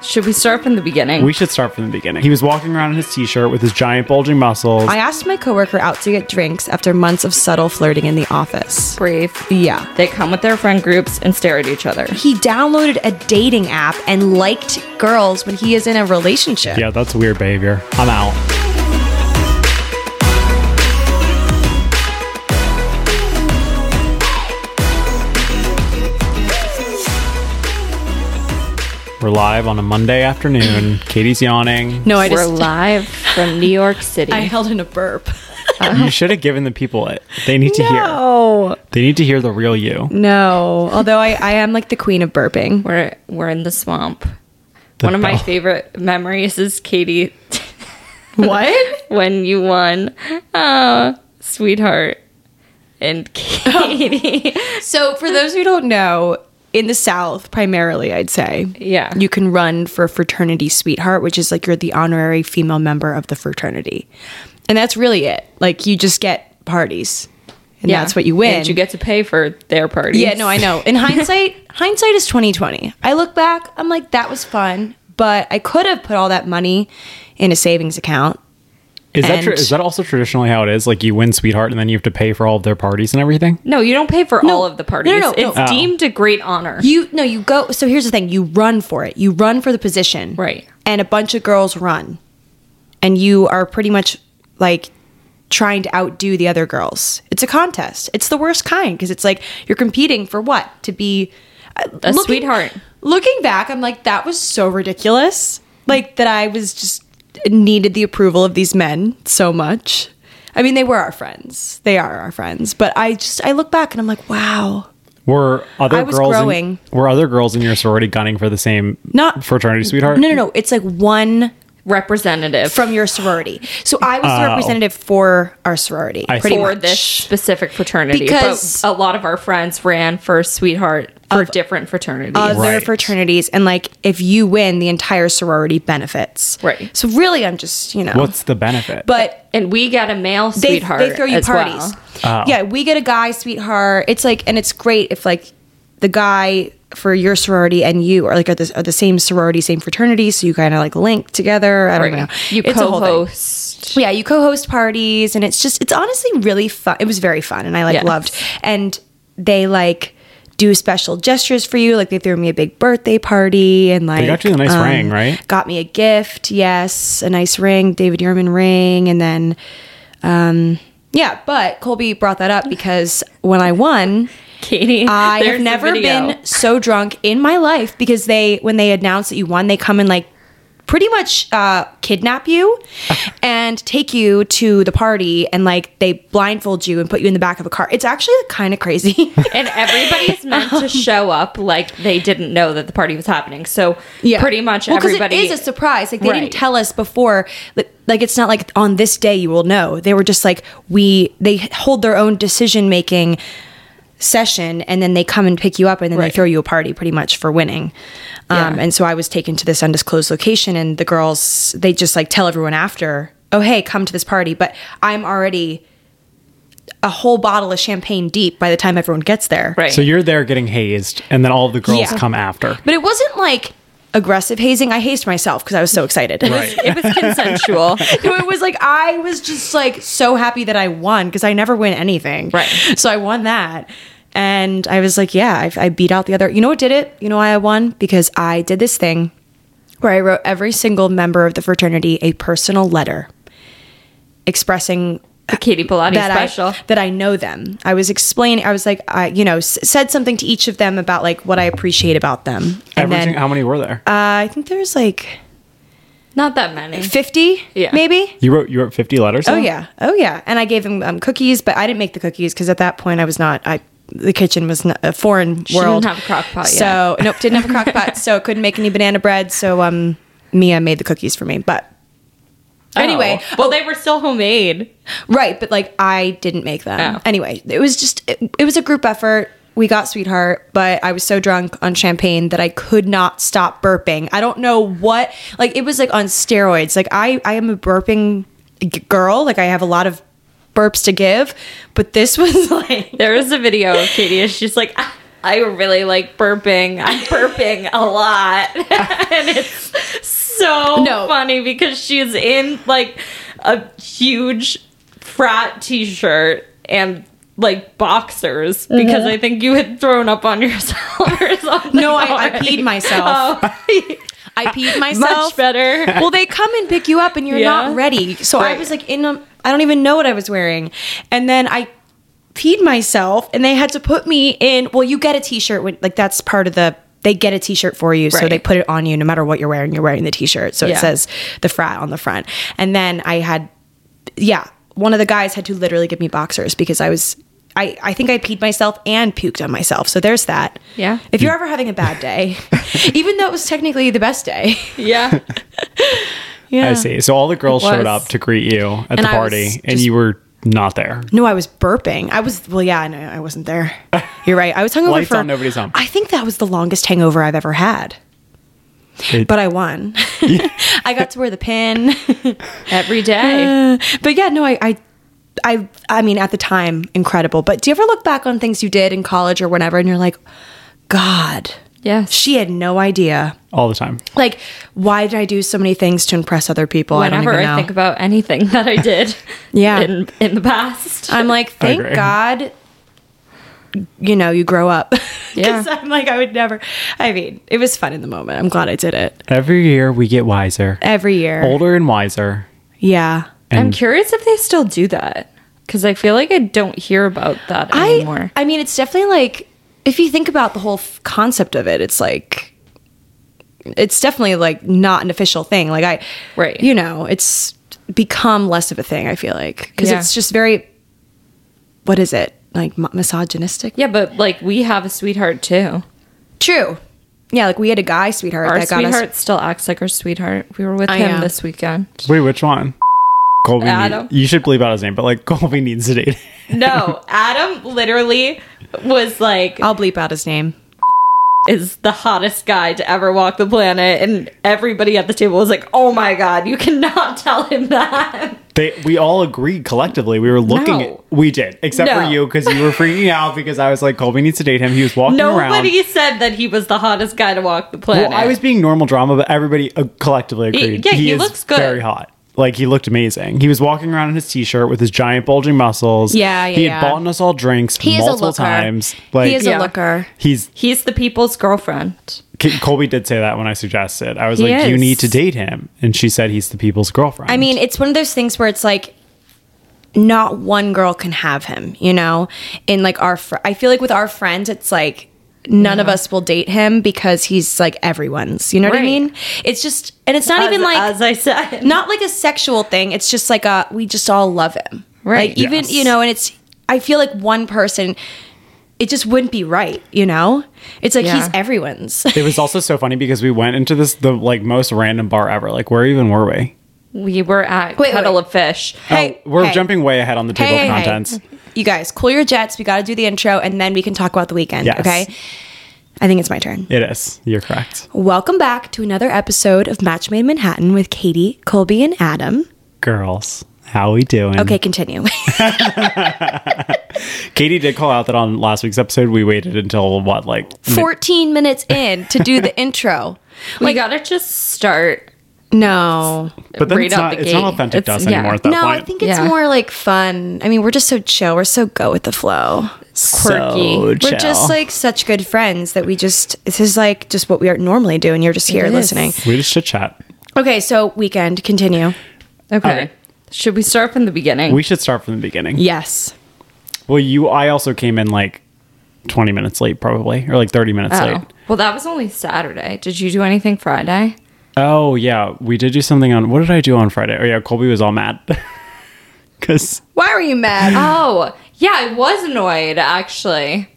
Should we start from the beginning? We should start from the beginning. He was walking around in his t-shirt with his giant bulging muscles. I asked my coworker out to get drinks after months of subtle flirting in the office. Brave. Yeah. They come with their friend groups and stare at each other. He downloaded a dating app and liked girls when he is in a relationship. yeah, that's weird behavior. I'm out. We're live on a Monday afternoon. Katie's yawning. No, I We're just live from New York City. I held in a burp. You should have given the people it. They need to hear. No. They need to hear the real you. No. Although I, I am like the queen of burping. We're we're in the swamp. The One of my bell. favorite memories is Katie What? when you won, oh, sweetheart, and Katie. So for those who don't know, in the South primarily, I'd say. Yeah. You can run for fraternity sweetheart, which is like you're the honorary female member of the fraternity. And that's really it. Like you just get parties. And that's what you win. And you get to pay for their party. Yeah, no, I know. In hindsight, hindsight is twenty twenty. I look back, I'm like, that was fun, but I could have put all that money in a savings account. Is that And- true? Is that also traditionally how it is? Like you win sweetheart, and then you have to pay for all of their parties and everything. No, you don't pay for all of the parties. no, no, it's Oh. no. deemed a great honor. You no, you go. So here's the thing: you run for it. You run for the position, Right. And a bunch of girls run, and you are pretty much like trying to outdo the other girls. It's a contest. It's the worst kind because it's like you're competing for what to be a sweetheart. Looking back, I'm like that was so ridiculous. Like that, I was just needed the approval of these men so much. I mean, they were our friends. They are our friends. But I just I look back and I'm like, wow. Were other I was girls growing. In, were other girls in your sorority gunning for the same Not- fraternity sweetheart? No, no, no. It's like one Representative from your sorority. So I was the Oh. representative for our sorority. I pretty see. for much. this specific fraternity. Because- but a lot of our friends ran for sweetheart for different fraternities. Other Right. fraternities, and like if you win, the entire sorority benefits. Right. So really, I'm just you know. What's the benefit? but and we got a male they sweetheart. they throw you as parties. well. Oh. Yeah, we get a guy sweetheart. It's like, and it's great if like the guy for your sorority and you are like are the, are the same sorority, same fraternity, so you kind of like link together. I don't Right. know. You It's a whole thing. co-host. yeah you co-host parties and it's just it's honestly really fun it was very fun and i like Yes. loved and they like do special gestures for you like they threw me a big birthday party and like um, got you a nice ring, right? got me a gift yes a nice ring david Yurman ring and then um yeah but colby brought that up because when i won Katie, I there's have the never video. been so drunk in my life because they, when they announce that you won, they come and like pretty much uh, kidnap you and take you to the party and like they blindfold you and put you in the back of a car. It's actually kind of crazy. and everybody's meant to show up like they didn't know that the party was happening. So pretty much Well, 'cause everybody It is a surprise. Like they Right. didn't tell us before. Like, like it's not like on this day you will know. They were just like we. They hold their own decision making session, and then they come and pick you up, and then they Right. throw you a party pretty much for winning. Um, Yeah. And so I was taken to this undisclosed location, and the girls they just like tell everyone after, oh hey, come to this party. But I'm already a whole bottle of champagne deep by the time everyone gets there. right. so you're there getting hazed, and then all of the girls Yeah. come after. But it wasn't like aggressive hazing. I hazed myself because I was so excited. Right. it was consensual. no, it was like I was just like so happy that I won because I never win anything. Right. So I won that. And I was like, yeah, I, I beat out the other. You know what did it? You know why I won? Because I did this thing where I wrote every single member of the fraternity a personal letter expressing The Katie Pilati that special. I that I know them. I was explaining. I was like, I you know s- said something to each of them about like what I appreciate about them. And Everything. then uh, how many were there? I think there's like Not that many. fifty, Yeah. maybe. you wrote you wrote fifty letters. Oh yeah, oh yeah. And I gave them um, cookies, but I didn't make the cookies because at that point I was not. I the kitchen was not, a foreign didn't world. have a crock pot yet. So nope, didn't have a crock pot. So couldn't make any banana bread. So um, Mia made the cookies for me, but. Anyway, Oh. well, they were still homemade. Right, but like I didn't make them. Oh. Anyway, it was just it, it was a group effort. We got sweetheart, but I was so drunk on champagne that I could not stop burping. I don't know what like it was like on steroids. Like I I am a burping g- girl. Like I have a lot of burps to give, but this was like There was a video of Katie, and she's like, "Ah, "I really like burping. I'm burping a lot." and it's so No. funny because she's in like a huge frat t-shirt and like boxers because I think you had thrown up on yourself or something. Mm-hmm. No, I, I already. peed myself. Oh, I peed myself. much better. well, they come and pick you up and you're Yeah. not ready. So I Right. was like in a I don't even know what I was wearing. And then I peed myself and they had to put me in well, you get a t-shirt when like that's part of the they get a t-shirt for you so Right. they put it on you no matter what you're wearing you're wearing the t-shirt so Yeah. it says the frat on the front and then i had yeah one of the guys had to literally give me boxers because i was i i think i peed myself and puked on myself so there's that Yeah. if you're ever having a bad day even though it was technically the best day Yeah. yeah I see. So all the girls It was. showed up to greet you at the I was party, and just- you were not there. No, I was burping. I was well, yeah, no, I wasn't there. You're right. I was hungover Lights for on, nobody's home. I think that was the longest hangover I've ever had. It- But I won. I got to wear the pin. Every day. but yeah, no, I, I I I mean at the time, incredible. But do you ever look back on things you did in college or whenever and you're like, God, Yes. she had no idea. all the time. Like, why did I do so many things to impress other people? I Whenever don't I, even know. think about anything that I did Yeah. in in the past. I'm like, I thank agree. God, you know, you grow up. 'Cause Yeah. I'm like, I would never. I mean, it was fun in the moment. I'm glad I did it Every year we get wiser, every year. older and wiser. Yeah. I'm And curious if they still do that because I feel like I don't hear about that anymore. I, I mean, it's definitely like, if you think about the whole f- concept of it, it's like, it's definitely like not an official thing. Like, I, Right. you know, it's become less of a thing, I feel like. Because Yeah. it's just very, what is it? Like mi- misogynistic? yeah, but like we have a sweetheart too. True. Yeah, like we had a guy sweetheart Our that got us sweetheart still acts like our sweetheart. We were with I him know. this weekend. wait, which one? Colby. need- Adam. you should believe out his name, but like Colby needs to date. No, Adam literally was like I'll bleep out his name. is the hottest guy to ever walk the planet and everybody at the table was like, "Oh my god, you cannot tell him that." They, we all agreed collectively. We were looking. No. At, we did, except No. for you, because you were freaking out because I was like, Colby needs to date him. He was walking around. Nobody said that he was the hottest guy to walk the planet. Well, I was being normal drama, but everybody uh, collectively agreed. yeah, he looks good. Very hot. Like he looked amazing. He was walking around in his t-shirt with his giant bulging muscles. Yeah, yeah, He had yeah. bought us all drinks He is a multiple looker. times. he is yeah. a looker. He's He's the people's girlfriend. K- Colby did say that when I suggested. I was He like, "You is. need to date him," and she said he's the people's girlfriend. I mean, it's one of those things where it's like not one girl can have him, you know? In like our fr- I feel like with our friends it's like none of us will date him because he's like everyone's. You know what I Right. mean? It's just and it's not As- even like as I said. not like a sexual thing. It's just like a we just all love him. Right. Like, even Yes. you know, and it's I feel like one person it just wouldn't be right, you know? It's like Yeah. he's everyone's. it was also so funny because we went into this the like most random bar ever. Like, where even were we? We were at Wait, Kettle wait. of Fish. Hey, oh, we're hey. jumping way ahead on the table hey, of hey, hey. contents. You guys, cool your jets. We got to do the intro and then we can talk about the weekend. Yes. Okay. I think it's my turn. It is. You're correct, Welcome back to another episode of Match Made in Manhattan with Katie, Colby, and Adam. girls. How we doing? Okay, continue. Katie did call out that on last week's episode we waited until what like mid- 14 minutes in to do the intro. We gotta just start. No. but then right it's out not the it's not gate. authentic to It's- us yeah. anymore at that No, point. I think it's Yeah. more like fun. I mean, we're just so chill. We're so go with the flow. quirky. We're We're just like such good friends that we just, this is like just what we are normally do, and you're just here It is. listening. we just chit chat. Okay, so weekend, continue. Okay. Alright. Should we start from the beginning? We should start from the beginning. Yes. Well, you I also came in like 20 minutes late probably or like 30 minutes Oh. late. Well, that was only Saturday. Did you do anything Friday? Oh, yeah, we did do something on What did I do on Friday? Oh yeah, Colby was all mad. Cuz Why were you mad? Oh, yeah, I was annoyed actually.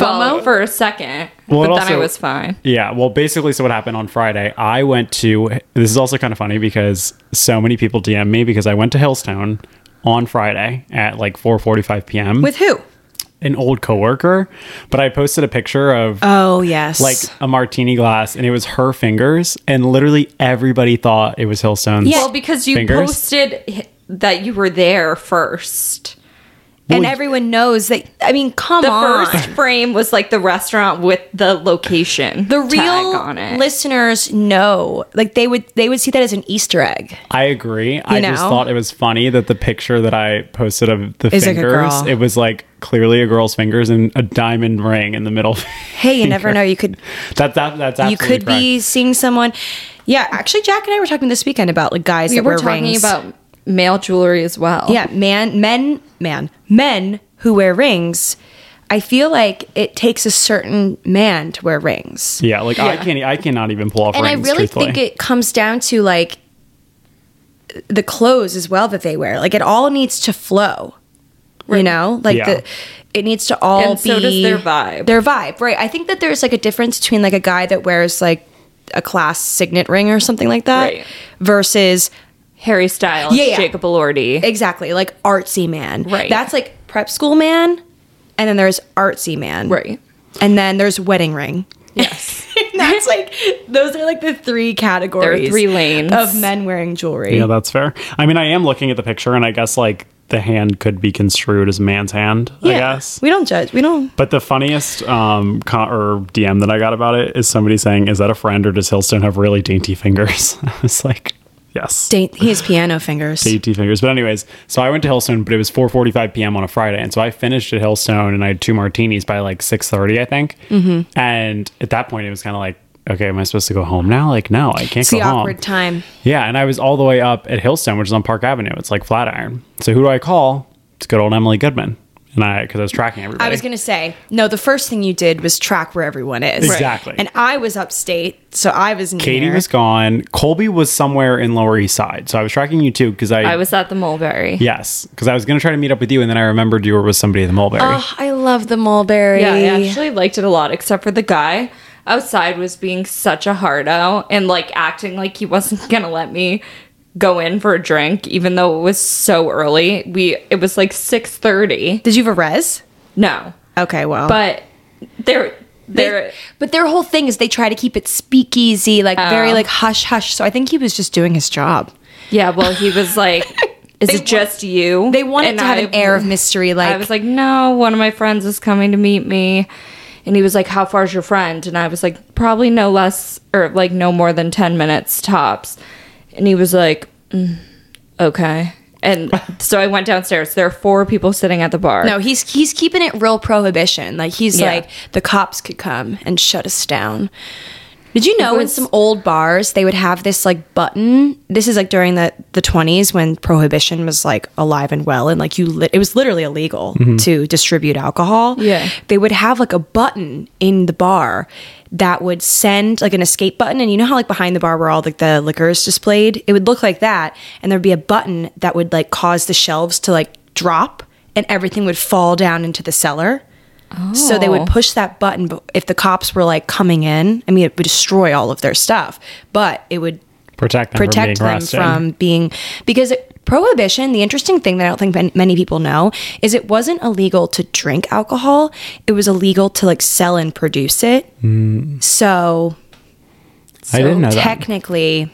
Well, for a second. but Well, it then I also- was fine. Yeah, well, basically, so what happened on Friday, I went to. This is also kind of funny because so many people DM me because I went to Hillstone on Friday at like 4:45 p.m. With who? an old coworker, but I posted a picture of Oh yes. like a martini glass, and it was her fingers, and literally everybody thought it was Hillstone's. Well, because you Fingers? posted posted hi- that you were there first. and Well, everyone knows that. I mean, come The on. first frame was like the restaurant with the location. the tag real on it. listeners know, like they would they would see that as an Easter egg. I agree. I just know? thought it was funny that the picture that I posted of the Is like a fingers, girl. it was like clearly a girl's fingers and a diamond ring in the middle. Hey, you never know. You could that, that that's you absolutely could be correct. seeing someone. Yeah, actually, Jack and I were talking this weekend about like guys We that were wear talking rings. about male jewelry as well. yeah, man, men, man, men who wear rings. I feel like it takes a certain man to wear rings. Yeah, like I can't. e, I cannot even pull off. and I rings, really truthfully. think it comes down to like the clothes as well that they wear. Like it all needs to flow. You know, like Yeah. the it needs to all And be so does their vibe. Their vibe, right? I think that there's like a difference between like a guy that wears like a class signet ring or something like that Right. versus Harry Styles, Yeah, yeah. Jacob Elordi. exactly like artsy man. Right. That's like prep school man, and then there's artsy man. Right. And then there's wedding ring. Yes. That's like those are like the three categories. three lanes. of men wearing jewelry. Yeah, that's fair. I mean, I am looking at the picture, and I guess like the hand could be construed as a man's hand. I guess. We don't judge. We don't. But the funniest um, con- or DM that I got about it is somebody saying, "Is that a friend or does Hillstone have really dainty fingers?" I was like, "Yes." Daint, he has piano fingers. AT fingers. But anyways, so I went to Hillstone, but it was 4:45 p.m. on a Friday, and so I finished at Hillstone, and I had two martinis by like 6:30, I think. Mm-hmm. And at that point, it was kind of like, okay, am I supposed to go home now? Like, no, I can't It's go the home. awkward time. Yeah, and I was all the way up at Hillstone, which is on Park Avenue. It's like Flatiron. So who do I call? It's good old Emily Goodman, and I because I was tracking everybody. I was gonna say no. The first thing you did was track where everyone is. Exactly. And I was upstate, so I was near. Katie was gone. Colby was somewhere in Lower East Side, so I was tracking you too because I, I was at the Mulberry. yes because I was going to try to meet up with you, and then I remembered you were with somebody at the Mulberry. Oh, I love the mulberry. Yeah, I actually liked it a lot, except for the guy outside was being such a hardo and like acting like he wasn't gonna let me go in for a drink, even though it was so early. We it was like six thirty. Did you have a res? No, Okay, well, but there, Oh. They- there. but their whole thing is they try to keep it speakeasy, like very like hush hush. So I think he was just doing his job. Yeah, well, he was like, "Is They it want- just you?" They wanted And to have I- an air of mystery, like I was like, no, one of my friends is coming to meet me. And he was like, how far's your friend? And I was like, probably no less or like no more than 10 minutes tops. And he was like, "Mm, okay. And so I went downstairs. There are four people sitting at the bar. No, he's he's keeping it real prohibition. Like he's Yeah. like the cops could come and shut us down. Did you know in was- some old bars they would have this like button? This is like during the the twenties when prohibition was like alive and well, and like you lit it was literally illegal Mm-hmm. to distribute alcohol. Yeah. they would have like a button in the bar that would send like an escape button, and you know how like behind the bar where all like the liquor is displayed, it would look like that, and there'd be a button that would like cause the shelves to like drop, and everything would fall down into the cellar. So they would push that button but if the cops were like coming in. I mean, it would destroy all of their stuff, but it would protect them protect from being them arrested. from being because prohibition. The interesting thing that I don't think man- many people know is it wasn't illegal to drink alcohol. It was illegal to like sell and produce it. So Mm. I didn't know that. technically,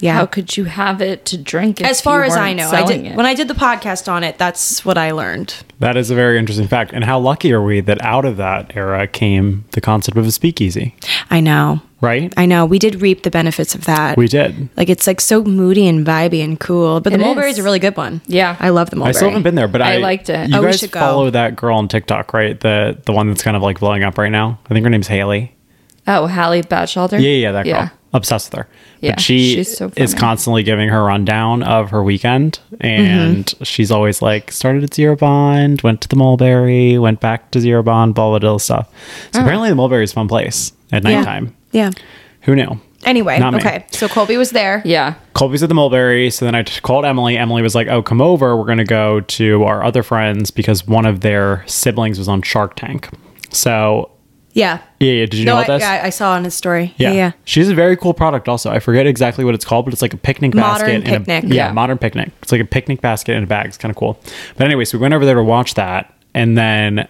yeah. How could you have it to drink? If as far you as I weren't know, I selling did it? when I did the podcast on it. That's what I learned. That is a very interesting fact. And how lucky are we that out of that era came the concept of a speakeasy, I know. right? I know. We did reap the benefits of that. we did. Like it's like so moody and vibey and cool. But the It mulberry is. is a really good one. Yeah. I love the I mulberry. still haven't been there, but I, I liked it. You Oh, we guys should go. follow that girl on TikTok, right? The the one that's kind of like blowing up right now. I think her name's Haley. Oh, Hallie Batchelder. Yeah, yeah, that girl. Obsessed with her. Yeah, but she she's so is funny. constantly giving her rundown of her weekend. And Mm-hmm. she's always like, started at Zero Bond, went to the Mulberry, went back to Zero Bond, blah, blah, blah, stuff. So apparently the Mulberry is a fun place at Oh. Yeah. nighttime. Yeah. Who knew? Anyway, Not me. okay. So Colby was there. Yeah. Colby's at the Mulberry. So then I t- called Emily. Emily was like, oh, come over. We're going to go to our other friends because one of their siblings was on Shark Tank. So, Yeah. yeah, yeah did you No, know I, about this? yeah, I saw on his story. Yeah. yeah. Yeah. She's a very cool product also. I forget exactly what it's called, but it's like a picnic Modern basket. in a- picnic. yeah, Yeah. modern picnic. It's like a picnic basket in a bag. It's kind of cool. But anyway, so we went over there to watch that. And then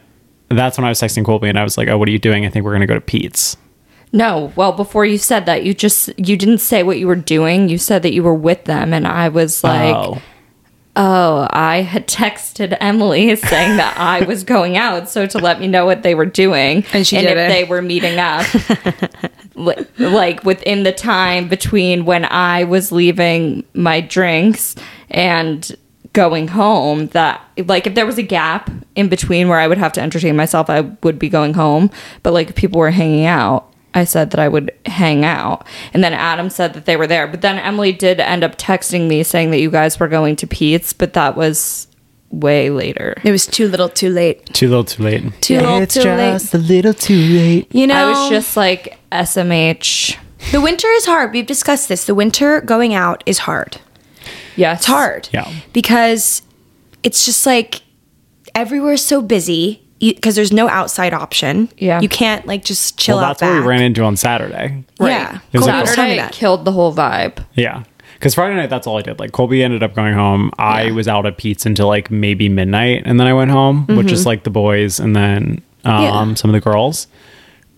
that's when I was texting Colby and I was like, oh, what are you doing? I think we're going to go to Pete's. No, well, before you said that, you just you didn't say what you were doing. You said that you were with them, and I was like, oh. Oh, I had texted Emily saying that I was going out, so to let me know what they were doing And she and if did it. they were meeting up. li- like within the time between when I was leaving my drinks and going home that like if there was a gap in between where I would have to entertain myself I would be going home but like if people were hanging out I said that I would hang out and then Adam said that they were there but then Emily did end up texting me saying that you guys were going to Pete's but that was way later It was too little, too late. Too little, too late. Too little, too late. a little too late. You know, I was just like SMH the winter is hard. We've discussed this. The winter going out is hard. yes It's hard. Yeah. Because it's just like everywhere's so busy because there's no outside option. Yeah. You can't like just chill Well, out that's back. what we ran into on Saturday. Yeah. It was Colby like was a- telling Saturday me that. killed the whole vibe Yeah. Because Friday night, that's all I did. Like Colby ended up going home. I was out at Pete's until like maybe midnight, and then I went home with Mm-hmm. just like the boys and then um, Yeah. some of the girls.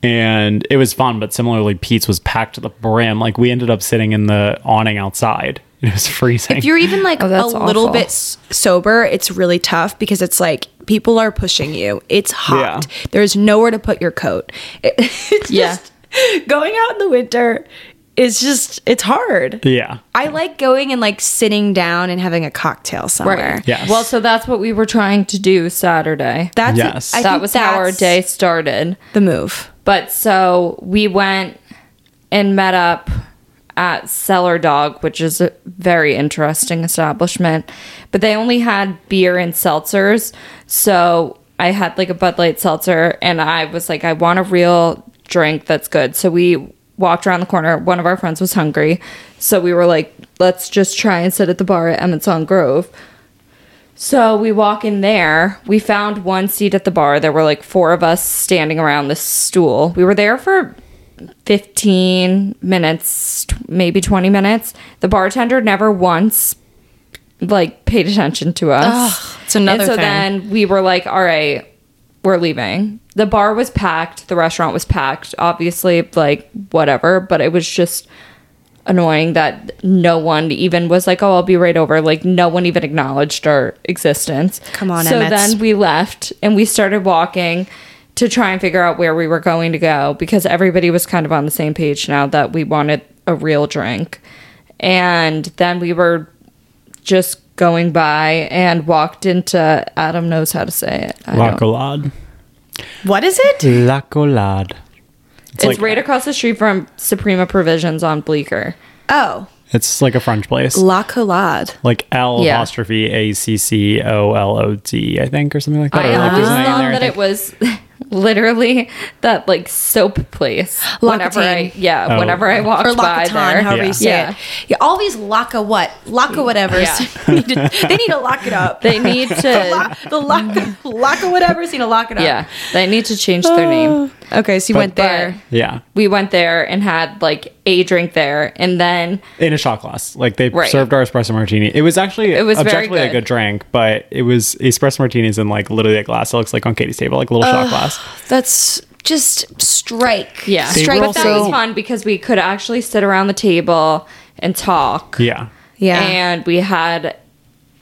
And it was fun, but similarly, Pete's was packed to the brim. Like we ended up sitting in the awning outside. It was freezing. If you're even like Oh, a that's little awful. bit s- sober, it's really tough because it's like people are pushing you. It's hot. Yeah. There's nowhere to put your coat. It- it's Yeah. just going out in the winter. It's just it's hard. yeah. I like going and like sitting down and having a cocktail somewhere. Yes. Well, so that's what we were trying to do Saturday. That's Yes. I that think was how our that's day started. The move. But so we went and met up at Cellar Dog, which is a very interesting establishment. But they only had beer and seltzers. So I had like a Bud Light seltzer and I was like, I want a real drink that's good. So we walked around the corner. One of our friends was hungry. So we were like, let's just try and sit at the bar at Emmett's on Grove. So we walk in there. We found one seat at the bar. There were like four of us standing around this stool. We were there for 15 minutes, t- maybe 20 minutes. The bartender never once like paid attention to us. it's another And so thing. then we were like, all right, we're leaving. The bar was packed. The restaurant was packed. Obviously, like whatever, but it was just annoying that no one even was like, "Oh, I'll be right over." Like no one even acknowledged our existence. Come on, So Emmett's. then we left and we started walking to try and figure out where we were going to go because everybody was kind of on the same page now that we wanted a real drink. And then we were just going by and walked into Adam knows how to say it. I don't- Lacolade. What is it? Lacolade. It's like- right across the street from Suprema Provisions on Bleecker. Oh, It's like a French place. La Colade. like L Yeah. apostrophe A C C O L O T, I think, or something like that. I or like always there's an A in thought there, I that think. it was literally that like soap place. Whenever I, L'Occitane. yeah, Oh. whenever I walked Or by Lacatan, there, however Yeah. you say Yeah. it. Yeah, all these Laca what? Laca whatever. Yeah. need to, they need to lock it up. they need to, the lock, lock of whatever's need to lock it up. yeah, they need to change Ah. their name. Okay, so you went there. But Yeah. we went there and had like a drink there, and then In a shot glass. Like they Right. served our espresso martini. It was actually it was very objectively a good. good drink, but it was espresso martinis in like literally a glass that looks like on Katie's table, like a little shot glass. That's just strike. yeah, They strike. were but that also- was fun because we could actually sit around the table and talk. Yeah. yeah. and we had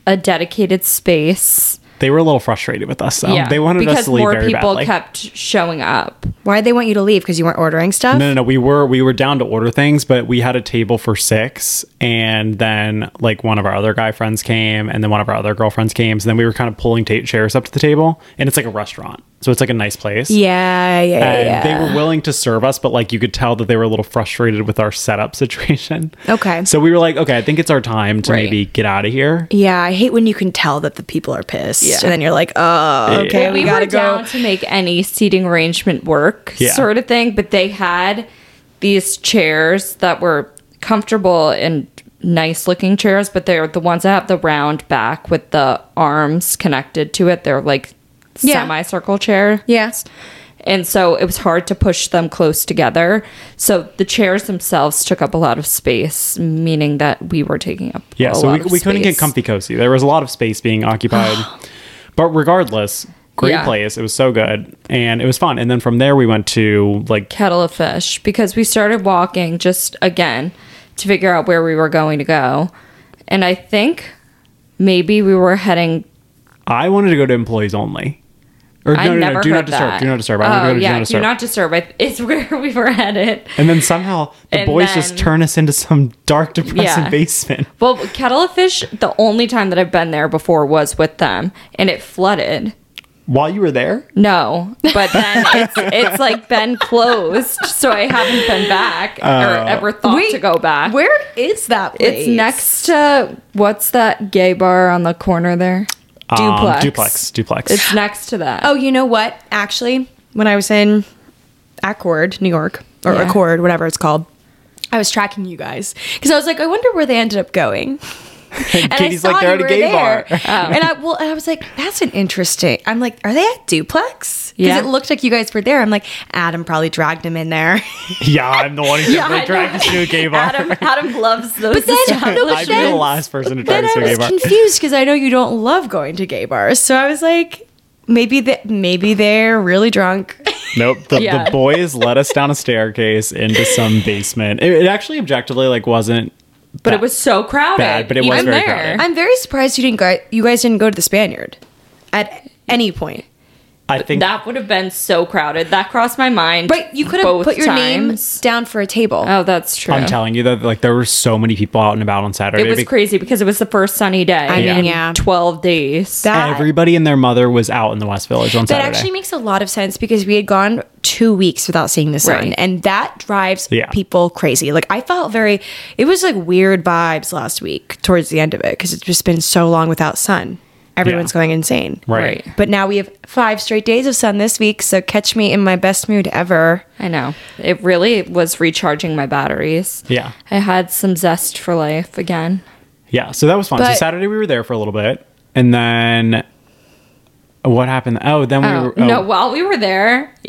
a dedicated space. They were a little frustrated with us though. yeah, Um, They wanted because us to leave more very people badly. kept showing up. Why would they want you to leave? Because you weren't ordering stuff. No, no, no. We were we were down to order things, but we had a table for six, and then like one of our other guy friends came, and then one of our other girlfriends came. So then we were kind of pulling ta- chairs up to the table, and it's like a restaurant, so it's like a nice place. Yeah, yeah, Oh, And yeah. Uh, they were willing to serve us, but like you could tell that they were a little frustrated with our setup situation. Okay. So we were like, okay, I think it's our time to Right. maybe get out of here. yeah, I hate when you can tell that the people are pissed, and then you're like, oh, okay, we we were gotta go. down to make any seating arrangement work Yeah. sort of thing but they had these chairs that were comfortable and nice looking chairs but they're the ones that have the round back with the arms connected to it they're like Yeah. semicircle chair Yes. and so it was hard to push them close together so the chairs themselves took up a lot of space meaning that we were taking up Yeah, Oh, a so lot we, of we couldn't get space. comfy cozy. There was a lot of space being occupied. but regardless, great Yeah. place. It was so good and it was fun. And then from there we went to like kettle of fish because we started walking just again to figure out where we were going to go. And I think Maybe we were heading. I wanted to go to employees only. Or I no, no, never no, do heard not disturb. that. Do not disturb. I wanted to oh go to do yeah, not do disturb. not disturb. I th- It's where we were headed. and then somehow the And boys just then- turn us into some dark, depressing Yeah. basement. Well, Kettlefish. The only time that I've been there before was with them, and it flooded. While you were there, No, but then it's it's like been closed, so I haven't been back Uh, or ever thought to go back. Where is that place? It's next to what's that gay bar on the corner there? Um, Duplex. duplex, duplex. It's next to that. Oh, you know what? Actually, when I was in Accord, New York, or Yeah. Accord, whatever it's called, I was tracking you guys because I was like, I wonder where they ended up going. And Katie's like, "They're at a gay bar." and I well, and I was like, that's an interesting. I'm like, are they at Duplex? Because Yeah. it looked like you guys were there. I'm like, Adam probably dragged him in there. yeah, I'm the one who Yeah, I definitely know. dragged us to a gay bar. Adam Adam loves those. But then, no, but I'd be the then, last person to drag then us I to a gay was bar. confused because I know you don't love going to gay bars. So I was like, maybe that maybe they're really drunk. Nope. The, Yeah. the boys led us down a staircase into some basement. It, it actually objectively like wasn't. but it was so crowded. Bad, but it was even very there. crowded. I'm very surprised you didn't go. You guys didn't go to the Spaniard at any point. I think That would have been so crowded. That crossed my mind. But you could have both put your times. name down for a table. Oh, that's true. I'm telling you that like there were so many people out and about on Saturday. it was because crazy because it was the first sunny day. I mean, in yeah. twelve days. that Everybody and their mother was out in the West Village on that Saturday. actually makes a lot of sense because we had gone two weeks without seeing the sun, Right. and that drives Yeah. people crazy. Like I felt very, it was like weird vibes last week towards the end of it because it's just been so long without sun. Everyone's Yeah. going insane, right. Right. But now we have five straight days of sun this week, so catch me in my best mood ever. I know. It really was recharging my batteries. Yeah. I had some zest for life again. Yeah. So that was fun. so But- Saturday we were there for a little bit, and then what happened? Oh, then we Oh, were. Oh, No, while we were there,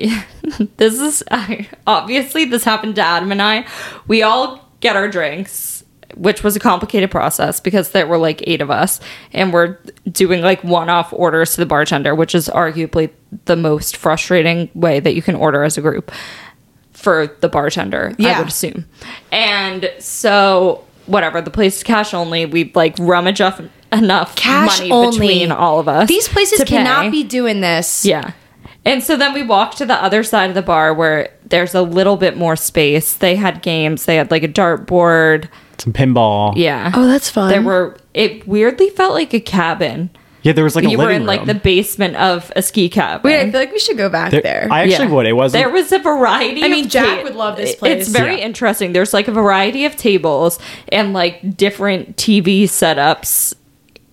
this is I, obviously this happened to Adam and I. We all get our drinks, which was a complicated process because there were like eight of us, and we're doing like one-off orders to the bartender, which is arguably the most frustrating way that you can order as a group for the bartender. I Yeah. would assume. And so, whatever the place is cash only. We like rummage up enough Cash money only between all of us. These places to cannot pay. be doing this. Yeah. And so then we walked to the other side of the bar where there's a little bit more space. They had games, they had like a dartboard. some pinball. Yeah. Oh, that's fun. There were, it weirdly felt like a cabin. Yeah. There was like a you living were in room. like the basement of a ski cabin. Wait, I feel like we should go back There- there. I actually Yeah. would. It wasn't. There was a variety. I mean, of Jack would love this place. It's very Yeah. interesting. There's like a variety of tables and like different TV setups.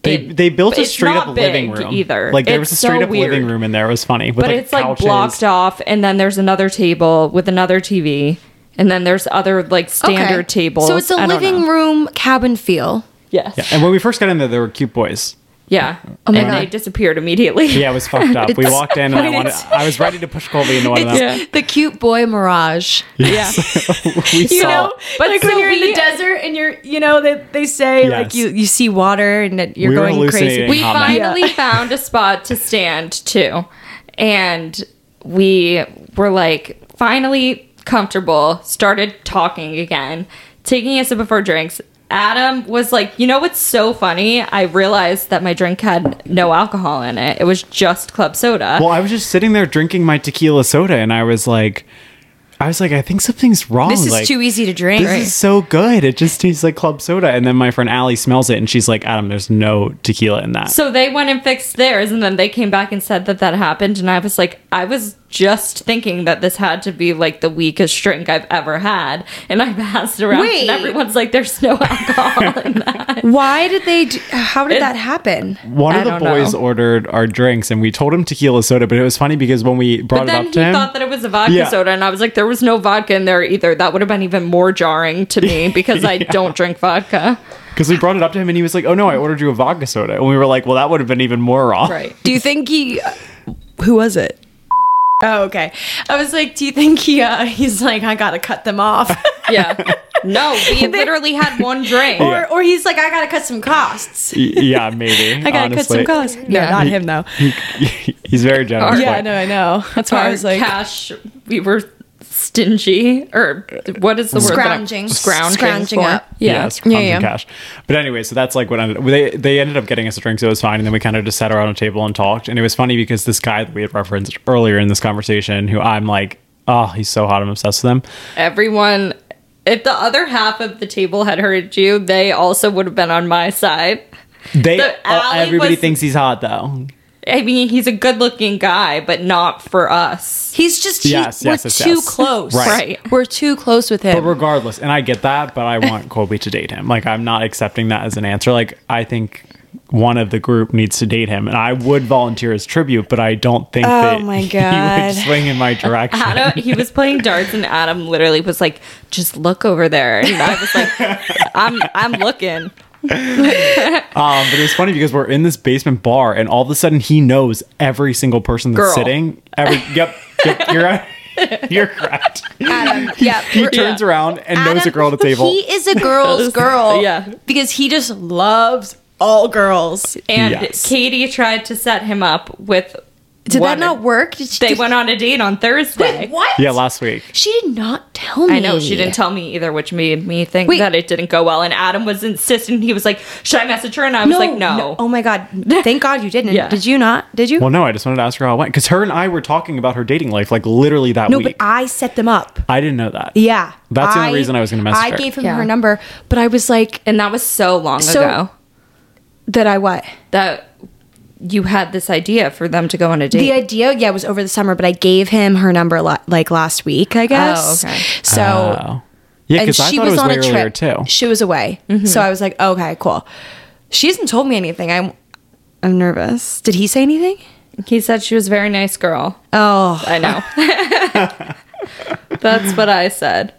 They, in- they built a it's straight not up living big room either. Like there It's was a straight so up living weird. room in there. It was funny, with, but like, it's like couches. blocked off and then there's another table with another tv and then there's other like standard tables So it's a I don't living know. room cabin feel. yes Yeah. And when we first got in there, there were cute boys. yeah my and God. they disappeared immediately Yeah, it was fucked up. we walked in, and I wanted. I was ready to push Colby into one of them. The cute boy mirage. yeah We saw. but like so when you're in we- the desert and you're, you know, they, they say Yes. like you, you see water and that you're We were going crazy. hallucinating. we Hot night. finally found a spot to stand too and we were like finally comfortable started talking again taking a sip of our drinks adam was like you know what's so funny i realized that my drink had no alcohol in it it was just club soda Well, I was just sitting there drinking my tequila soda, and I was like, I was like, I think something's wrong. This is like, too easy to drink. This is so good. It just tastes like club soda. And then my friend Allie smells it, and she's like, Adam, there's no tequila in that. so they went and fixed theirs and then they came back and said that that happened and i was like i was just thinking that this had to be like the weakest drink i've ever had and i passed it around Wait. and everyone's like there's no alcohol in that Why did they? Do, how did It's- that happen? One I of the don't boys know. ordered our drinks, and we told him tequila soda, but it was funny because when we brought but it then up he to him, thought that it was a vodka Yeah. soda and i was like there was no vodka in there either that would have been even more jarring to me because i don't drink vodka because we brought it up to him, and he was like, "Oh no, I ordered you a vodka soda," and we were like, "Well, that would have been even more wrong." right Do you think he? Who was it? Oh, okay. I was like, do you think he? Uh, he's like, I gotta cut them off, yeah no we literally had one drink or or he's like, I gotta cut some costs. Y- yeah, maybe. I gotta honestly. cut some costs. No, Yeah. not him though. He's very generous. Yeah, but- no, I know. That's why I our was like, cash we were stingy or what is the Scrounging. word? that I'm- Scrounging. Scrounging for? up. Yeah. it's crumbs Yeah, yeah. and cash. But anyway, so that's like what ended up, they they ended up getting us a drink, so it was fine. And then we kind of just sat around a table and talked. And it was funny because this guy that we had referenced earlier in this conversation, who I'm like, oh, he's so hot, I'm obsessed with him. Everyone, if the other half of the table had heard you, they also would have been on my side. They The uh, alley everybody was- thinks he's hot though. I mean, he's a good looking guy, but not for us. He's just he, Yes, we're yes, yes, too yes. close. Right. Right. We're too close with But him. regardless, and I get that, but I want Colby to date him. Like I'm not accepting that as an answer. Like I think one of the group needs to date him, and I would volunteer as tribute, but I don't think that Oh my he God. would swing in my direction. Adam, he was playing darts, and Adam literally was like, "Just look over there," and I was like, "I'm, I'm looking." Um, but it's funny because we're in this basement bar, and all of a sudden he knows every single person that's Girl. sitting. Every yep, yep you're right. You're correct. Adam, yeah, He turns around and knows a girl at the table. He is a girl's girl. Yeah. Because he just loves all girls. And Yes. Katie tried to set him up with. Did one- that not work? Did she, They did- went on a date on Thursday. Wait, what? yeah, last week. She did not tell me. I know she didn't tell me either, which made me think Wait. that it didn't go well. And Adam was insistent. He was like, "Should I message her?" And I was like, "No." Oh my god. Thank God you didn't. Yeah. Did you not? Did you? Well, no, I just wanted to ask her how it went because her and I were talking about her dating life like literally that no, week. but I set them up. I, didn't know that. Yeah. That's the only reason I was gonna message I her. gave him Yeah. her number, but I was like And that was so long So- ago that I what? that you had this idea for them to go on a date. The idea, yeah, was over the summer, but I gave him her number la- like last week, I guess. okay. So Oh. yeah, and because I she thought it was was on way a earlier trip too. Mm-hmm. She was away, so I was like, okay, cool. She hasn't told me anything. I'm, I'm nervous. Did he say anything? he said she was a very nice girl. Oh, I know. that's what I said.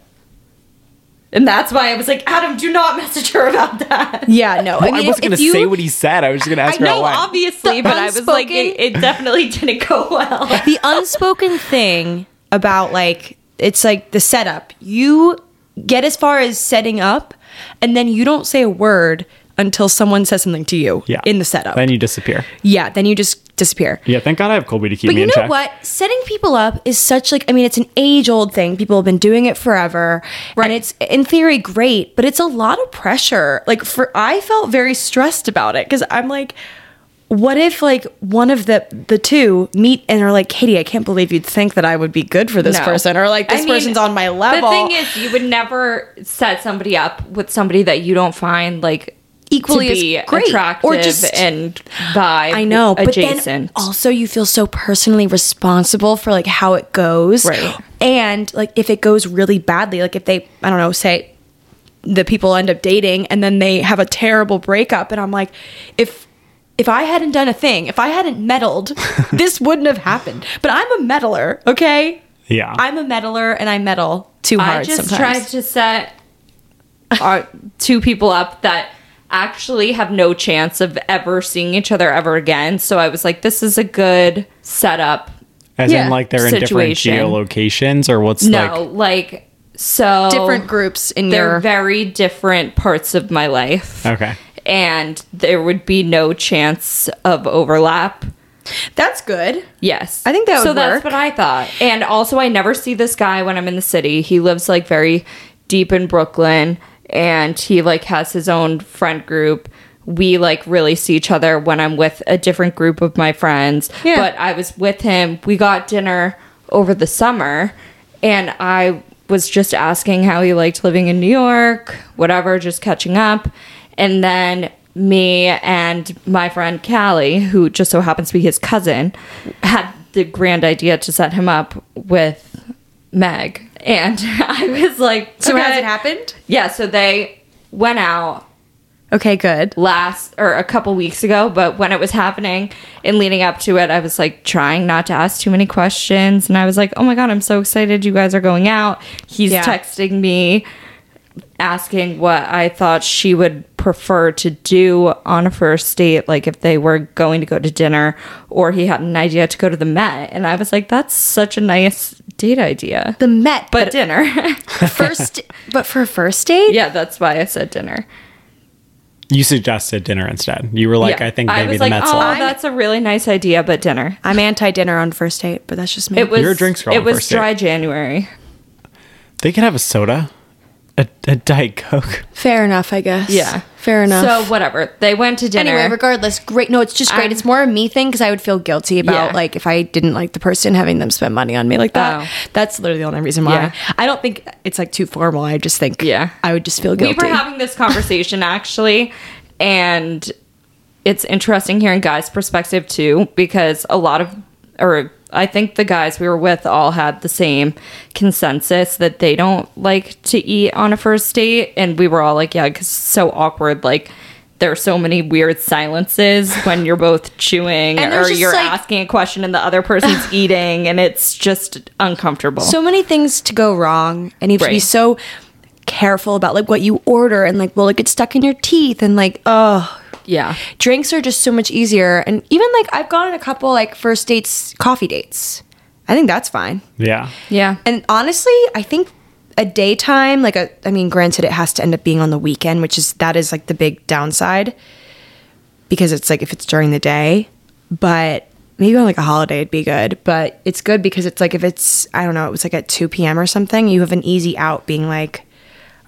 And that's why I was like, Adam, do not message her about that. yeah, no. I, mean, wasn't if- going if to you- say what he said. I was just going to ask I her how know, it went. obviously, The but I was like, unspoken- it, it definitely didn't go well. the unspoken thing about like it's like the setup. You get as far as setting up, and then you don't say a word until someone says something to you yeah. in the setup. Then you disappear. yeah, then you just disappear. Yeah, thank God I have Colby to keep But me you in know check. what? Setting people up is such like I mean, it's an age old thing. People have been doing it forever, and it's in theory great, but it's a lot of pressure. Like for I felt very stressed about it because I'm like, what if like one of the the two meet and are like, Katie, I can't believe you'd think that I would be good for this No. person, or like I this mean, person's on my level. The thing is, you would never set somebody up with somebody that you don't find like Equally to as be great, or attractive just- and vibe. I know, but then adjacent. also you feel so personally responsible for like how it goes, Right. And like if it goes really badly, like if they, I don't know, say the people end up dating and then they have a terrible breakup, and I'm like, if if I hadn't done a thing, if I hadn't meddled, this wouldn't have happened. But I'm a meddler, okay? Yeah. I'm a meddler, and I meddle too hard. I just sometimes. tried to set our two people up that actually have no chance of ever seeing each other ever again. So I was like, this is a good setup. As Yeah. in, like, they're Situation. in different geolocations or what's No, like, so different groups in They're your very different parts of my life. like. Okay. and there would be no chance of overlap. that's good. Yes, I think that so. would that's work. what I thought. And also, I never see this guy when I'm in the city. He lives like very deep in Brooklyn, and he like has his own friend group. We like really see each other when I'm with a different group of my friends. Yeah. But I was with him. We got dinner over the summer, and I was just asking how he liked living in New York, whatever, just catching up. And then me and my friend Callie, who just so happens to be his cousin, had the grand idea to set him up with Meg. And I was like, So has okay. it happened? Yeah, so they went out Okay, good. last or a couple weeks ago, but when it was happening and leading up to it, I was like trying not to ask too many questions. And I was like, oh my God, I'm so excited you guys are going out. He's Yeah. texting me asking what I thought she would prefer to do on a first date, like if they were going to go to dinner or he had an idea to go to the Met. And I was like, that's such a nice date idea. The Met, but dinner. first but for a first date yeah, that's why I said dinner. You suggested dinner instead. You were like, Yeah. I think maybe was the like, Mets oh, will have-" that's a really nice idea, but dinner. i'm anti-dinner on first date but that's just me It was You're a drinks girl It on was first date. dry January. They could have a soda, a, a Diet Coke. Fair enough, I guess. Yeah. Fair enough. So whatever. They went to dinner. Anyway, regardless, great. No, it's just great. I'm- it's more a me thing because I would feel guilty about Yeah. like if I didn't like the person having them spend money on me like that. Oh. That's literally the only reason why. Yeah. I don't think it's like too formal. I just think Yeah. I would just feel we guilty. were having this conversation actually, and it's interesting hearing guys' perspective too, because a lot of, or I think the guys we were with all had the same consensus that they don't like to eat on a first date. And we were all like, yeah, because it's so awkward. Like, there are so many weird silences when you're both chewing And there's or just, you're like- asking a question and the other person's eating, and it's just uncomfortable. so many things to go wrong, and you have to be Right. so careful about like what you order and like will it get stuck in your teeth and like oh yeah. drinks are just so much easier and even like I've gone on a couple like first dates coffee dates. I think that's fine. Yeah. Yeah. And honestly, I think a daytime, like a, I mean, granted, it has to end up being on the weekend, which is that is like the big downside because it's like if it's during the day, but maybe on like a holiday, it'd be good. But it's good because it's like if it's, I don't know, it was like at 2 p.m. or something, you have an easy out being like,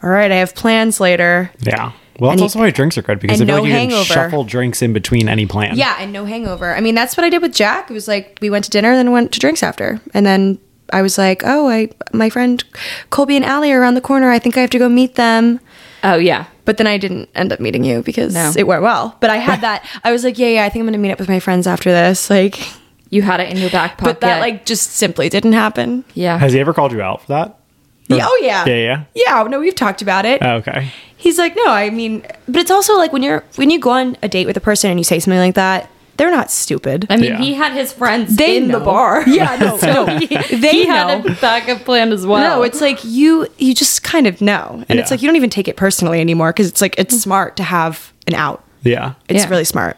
all right, I have plans later. Yeah. Well, that's And you- also why drinks are good because I and feel no like you hangover. can shuffle drinks in between any plan. Yeah, and no hangover. I mean, that's what I did with Jack. It was like we went to dinner, then went to drinks after, and then I was like, "Oh, I my friend Colby and Allie are around the corner. I think I have to go meet them." Oh, yeah. But then I didn't end up meeting you because No. it went well. But I had that. I was like, "Yeah, yeah, I think I'm gonna meet up with my friends after this." Like, You had it in your back pocket. but that like just simply didn't happen. yeah. Has he ever called you out for that? Yeah, oh yeah, Yeah, Oh. yeah. yeah. No, we've talked about it. Okay. He's like, "No, I mean," but it's also like when you're when you go on a date with a person and you say something like that, they're not stupid. I mean, Yeah. he had his friends They in know. the bar. yeah, no, no. They he know. had a backup plan as well. No, it's like you you just kind of know. And it's Yeah. like you don't even take it personally anymore because it's like it's smart to have an out. Yeah. It's Mm. Yeah. really smart.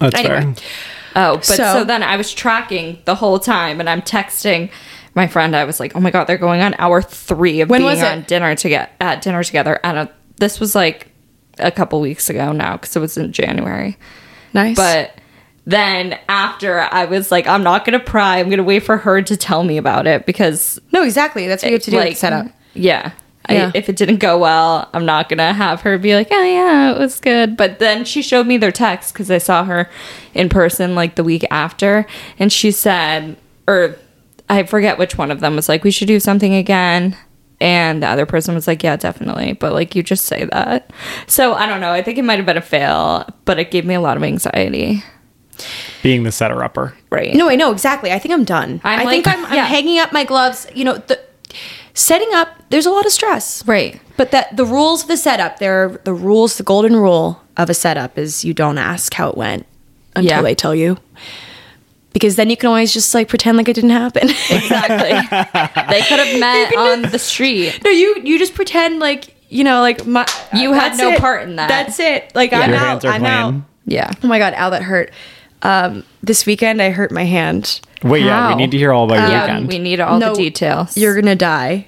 That's Anyway. fair. oh, but so, so- then I was tracking the whole time, and I'm texting my friend. I was like, "Oh my god, they're going on hour three of When being was it? on dinner to get at dinner together." And uh, this was like a couple weeks ago now because it was in January. Nice. But But then after, I was like, "I'm not gonna pry. I'm gonna wait for her to tell me about it because no, exactly. That's what you have to do like, set up. Yeah. Yeah. I, if it didn't go well, I'm not gonna have her be like, "Oh yeah, it was good." But then she showed me their text because I saw her in person like the week after, and she said, or I forget which one of them was like, "We should do something again," and the other person was like, "Yeah, definitely," but like you just say that. So I don't know. I think it might have been a fail, but it gave me a lot of anxiety. Being the setter upper. Right. No, I know exactly. I think I'm done. i I'm think like- I'm, I'm yeah. hanging up my gloves. You know, the setting up. There's a lot of stress, Right. But that the rules of the setup. There, are the rules. The golden rule of a setup is you don't ask how it went until Yeah. they tell you, because then you can always just like pretend like it didn't happen. Exactly. they could have met on the street. No, you you just pretend like you know, like my You had that's no it. part in that. That's it. Like I'm Your out. hands are I'm clean. Yeah. out. Oh my god, ow, that hurt. Um, this weekend I hurt my hand. Wait, yeah, we How? need to hear all about your Yeah, weekend. Um, we need all No, the details. You're gonna die.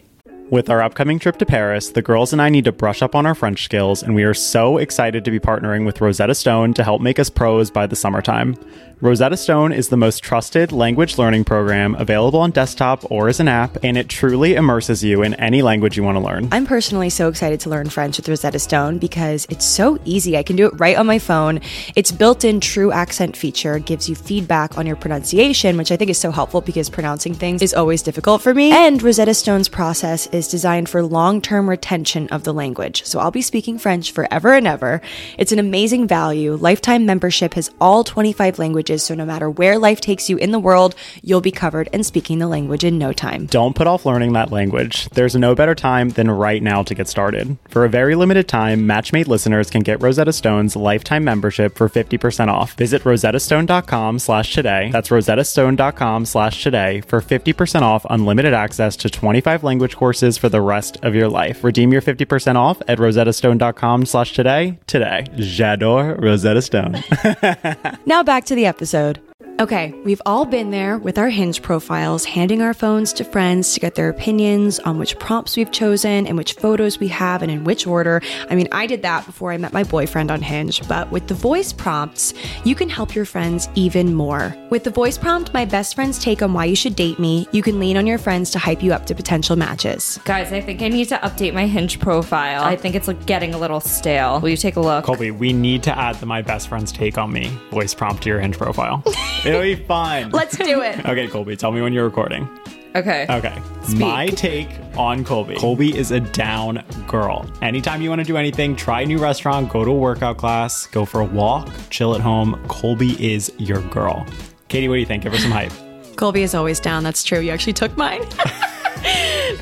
With our upcoming trip to Paris, the girls and I need to brush up on our French skills, and we are so excited to be partnering with Rosetta Stone to help make us pros by the summertime. Rosetta Stone is the most trusted language learning program available on desktop or as an app, and it truly immerses you in any language you want to learn. I'm personally so excited to learn French with Rosetta Stone because it's so easy. I can do it right on my phone. Its built in true accent feature gives you feedback on your pronunciation, which I think is so helpful because pronouncing things is always difficult for me. And Rosetta Stone's process is designed for long term retention of the language. So I'll be speaking French forever and ever. It's an amazing value. Lifetime membership has all 25 languages, so no matter where life takes you in the world, you'll be covered and speaking the language in no time. Don't put off learning that language. There's no better time than right now to get started. For a very limited time, Matchmade listeners can get Rosetta Stone's lifetime membership for 50% off. Visit rosettastone.com slash today. That's rosettastone.com slash today for 50% off unlimited access to 25 language courses for the rest of your life. Redeem your 50% off at rosettastone.com slash today today. J'adore Rosetta Stone. Now back to the episode. Okay, we've all been there with our hinge profiles, handing our phones to friends to get their opinions on which prompts we've chosen and which photos we have and in which order. I mean, I did that before I met my boyfriend on Hinge, but with the voice prompts, you can help your friends even more. With the voice prompt, my best friend's take on why you should date me, you can lean on your friends to hype you up to potential matches. Guys, I think I need to update my hinge profile. I think it's like getting a little stale. Will you take a look? Colby, we need to add the my best friend's take on me voice prompt to your hinge profile. It'll be fun. Let's do it. Okay, Colby, tell me when you're recording. Okay. Okay. My take on Colby. Colby is a down girl. Anytime you want to do anything, try a new restaurant, go to a workout class, go for a walk, chill at home. Colby is your girl. Katie, what do you think? Give her some hype. Colby is always down. That's true. You actually took mine.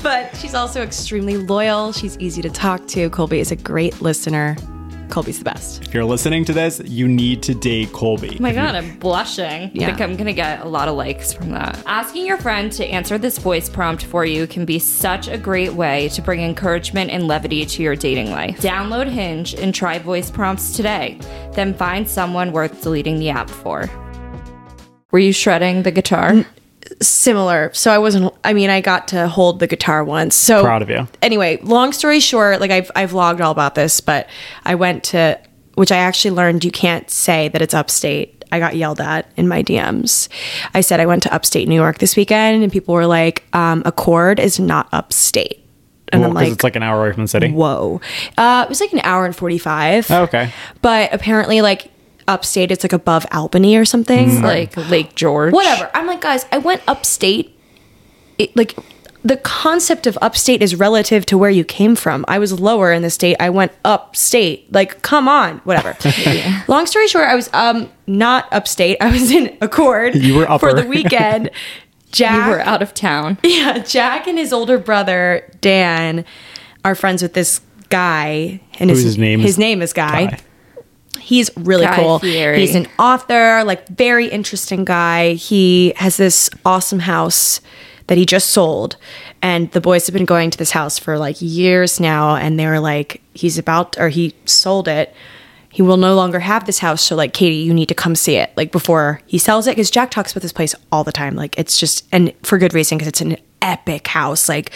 but she's also extremely loyal. She's easy to talk to. Colby is a great listener. Colby's the best. If you're listening to this, you need to date Colby. Oh my god, I'm blushing. Yeah. I think I'm gonna get a lot of likes from that. Asking your friend to answer this voice prompt for you can be such a great way to bring encouragement and levity to your dating life. Download Hinge and try voice prompts today. Then find someone worth deleting the app for. Were you shredding the guitar? Similar. So I wasn't I mean, I got to hold the guitar once. So Proud of you. Anyway, long story short, like I've I've vlogged all about this, but I went to which I actually learned you can't say that it's upstate. I got yelled at in my DMs. I said I went to upstate New York this weekend and people were like, um, Accord is not upstate. And Because I'm like, it's like an hour away from the city. Oh, whoa. Uh, it was like an hour and 45. Okay. But apparently, like, upstate, it's like above Albany or something. Mm. Like Lake George? Whatever. I'm like, guys, I went upstate. It, like, the concept of upstate is relative to where you came from. I was lower in the state. I went upstate. Like, come on. Whatever. Long story short, I was um not upstate. I was in Accord You were for upper. the weekend. Jack, You were out of town. yeah, Jack and his older brother Dan are friends with this guy, and Whose name his is name is Guy. Guy. He's really Guy cool. Fieri. He's an author, like very interesting guy. He has this awesome house that he just sold, and the boys have been going to this house for like years now, and they were like, he's about or he sold it. He will no longer have this house, so like Katie, you need to come see it like before he sells it. Because Jack talks about this place all the time. Like it's just and for good reason because it's an epic house, like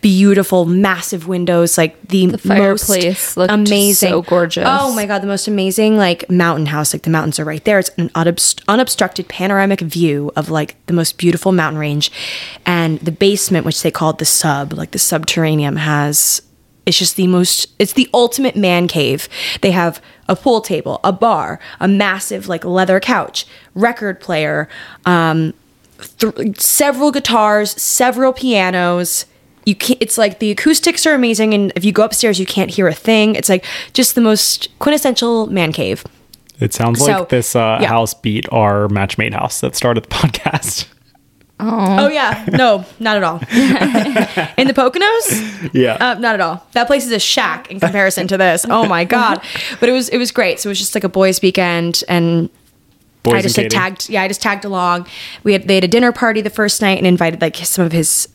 beautiful, massive windows, like the, the fireplace looked so gorgeous. Oh my god, the most amazing like mountain house. Like the mountains are right there. It's an unobst- unobstructed panoramic view of like the most beautiful mountain range, and the basement, which they called the sub, like the subterraneum, has. It's just the most. It's the ultimate man cave. They have a pool table, a bar, a massive like leather couch, record player, um, th- several guitars, several pianos. You can It's like the acoustics are amazing, and if you go upstairs, you can't hear a thing. It's like just the most quintessential man cave. It sounds So, like this uh, yeah. house beat our match made house that started the podcast. Oh yeah, no, not at all. In the Poconos, yeah. uh, not at all. That place is a shack in comparison to this. Oh my god! But it was it was great. So it was just like a boys' weekend, and Boys I just and like Katie. tagged. Yeah, I just tagged along. We had they had a dinner party the first night and invited like some of his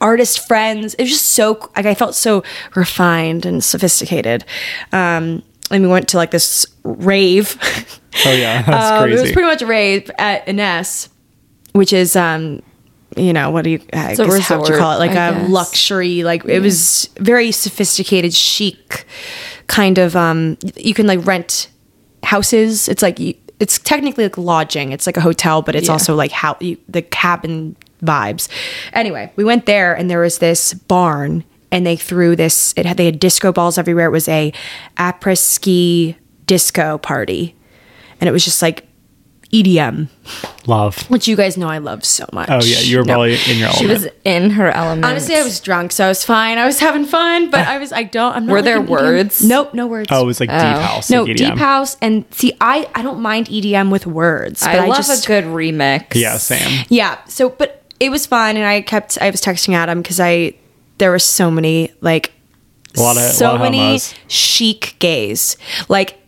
artist friends. It was just so like I felt so refined and sophisticated. Um, and we went to like this rave. Oh yeah, that's Um, crazy. It was pretty much a rave at Ines, which is um, you know what do you? I a guess how would you resort, call it? Like I a guess. luxury. Like it was very sophisticated, chic kind of. Um, you can like rent houses. It's like you, it's technically like lodging. It's like a hotel, but it's also like how you, the cabin vibes. Anyway, we went there and there was this barn and they threw this it had they had disco balls everywhere. It was a après ski disco party. And it was just like EDM, Love. which you guys know I love so much. Oh yeah, you were No. probably in your She element. was in her element. Honestly, I was drunk, so I was fine. I was having fun, but I was I don't I'm not Were there like an EDM words? Nope, no words. oh, it was like deep house. no, like EDM. deep house and see I I don't mind EDM with words, but I, I, love just a good remix. Yeah, same. Yeah. So, but it was fun, and I kept. I was texting Adam because I there were so many like A lot of a so lot of many homos. chic gays, like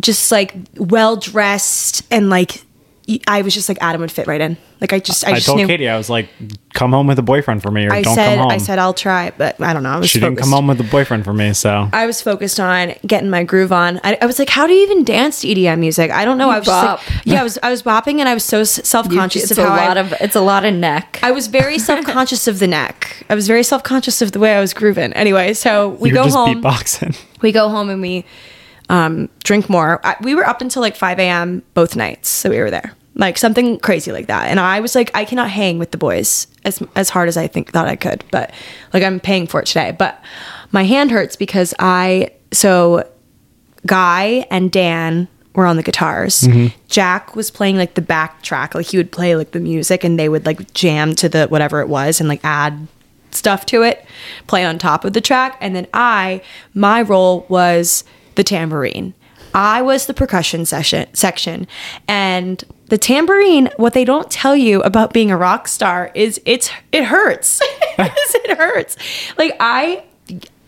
just like well dressed and like y- I was just like Adam would fit right in. Like I just I, I, just told knew. Katie, I was like, come home with a boyfriend for me or I don't said come home. I said I'll try, but I don't know. I was she didn't come focused. home with a boyfriend for me, so. I was focused on getting my groove on. I, I was like, how do you even dance to EDM music? I don't know. I was just like- bop. yeah, I was I was bopping and I was so self conscious it's of a how lot I, of it's a lot of neck. I was very self conscious of the neck. I was very self conscious of the way I was grooving. Anyway, so we you were go just home. beatboxing. We go home and we um, drink more. I, we were up until like five a.m. both nights, so we were there. Like something crazy like that, and I was like, I cannot hang with the boys as as hard as I think thought I could, but like I'm paying for it today. But my hand hurts because I so Guy and Dan were on the guitars. Mm-hmm. Jack was playing like the back track. Like he would play like the music and they would like jam to the whatever it was and like add stuff to it, play on top of the track. And then I, my role was the tambourine. I was the percussion session section and the tambourine what they don't tell you about being a rock star is it's it hurts. it hurts. Like I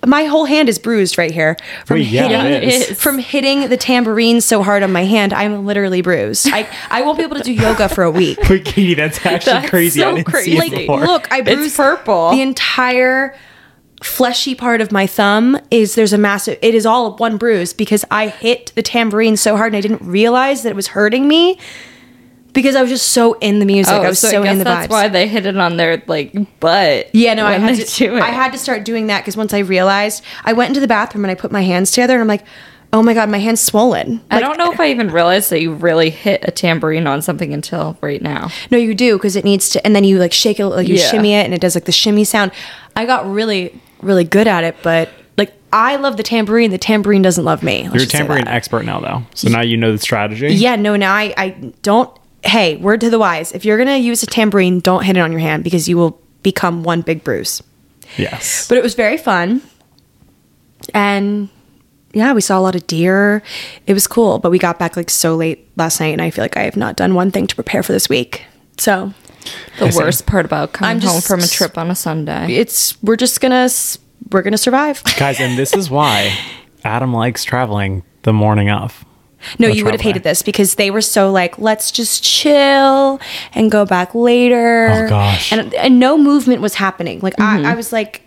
my whole hand is bruised right here from Wait, yeah, hitting it is. from hitting the tambourine so hard on my hand, I'm literally bruised. I, I won't be able to do yoga for a week. Wait, Katie, that's actually crazy. I so didn't see crazy. it Like, before. look, I bruised purple. The entire fleshy part of my thumb is there's a massive. It is all one bruise because I hit the tambourine so hard and I didn't realize that it was hurting me because I was just so in the music. I was so, Oh, I guess in the that's vibes. why they hit it on their like butt. Yeah, no, I when had they to. do it. I had to start doing that because once I realized, I went into the bathroom and I put my hands together and I'm like, oh my god, my hand's swollen. I don't know if I even realized that you really hit a tambourine on something until right now. No, you do because it needs to, and then you like shake it, like you Yeah. shimmy it, and it does like the shimmy sound. I got really, really good at it, but like I love the tambourine. The tambourine doesn't love me. Let's You're a just say tambourine that. expert now, though. So now you know the strategy. Yeah, no, now I, I don't. Hey, word to the wise: if you're gonna use a tambourine, don't hit it on your hand because you will become one big bruise. Yes. But it was very fun, and yeah, we saw a lot of deer. It was cool, but we got back like so late last night, and I feel like I have not done one thing to prepare for this week. So The worst part about coming I'm home just- from a trip on a Sunday. it's we're just gonna s- we're gonna survive. Guys, and this is why Adam likes traveling the morning of. No, Go you would have travel. hated this because they were so like, let's just chill and go back later. Oh, gosh. Mm-hmm. And, and no movement was happening. Like I, I was like,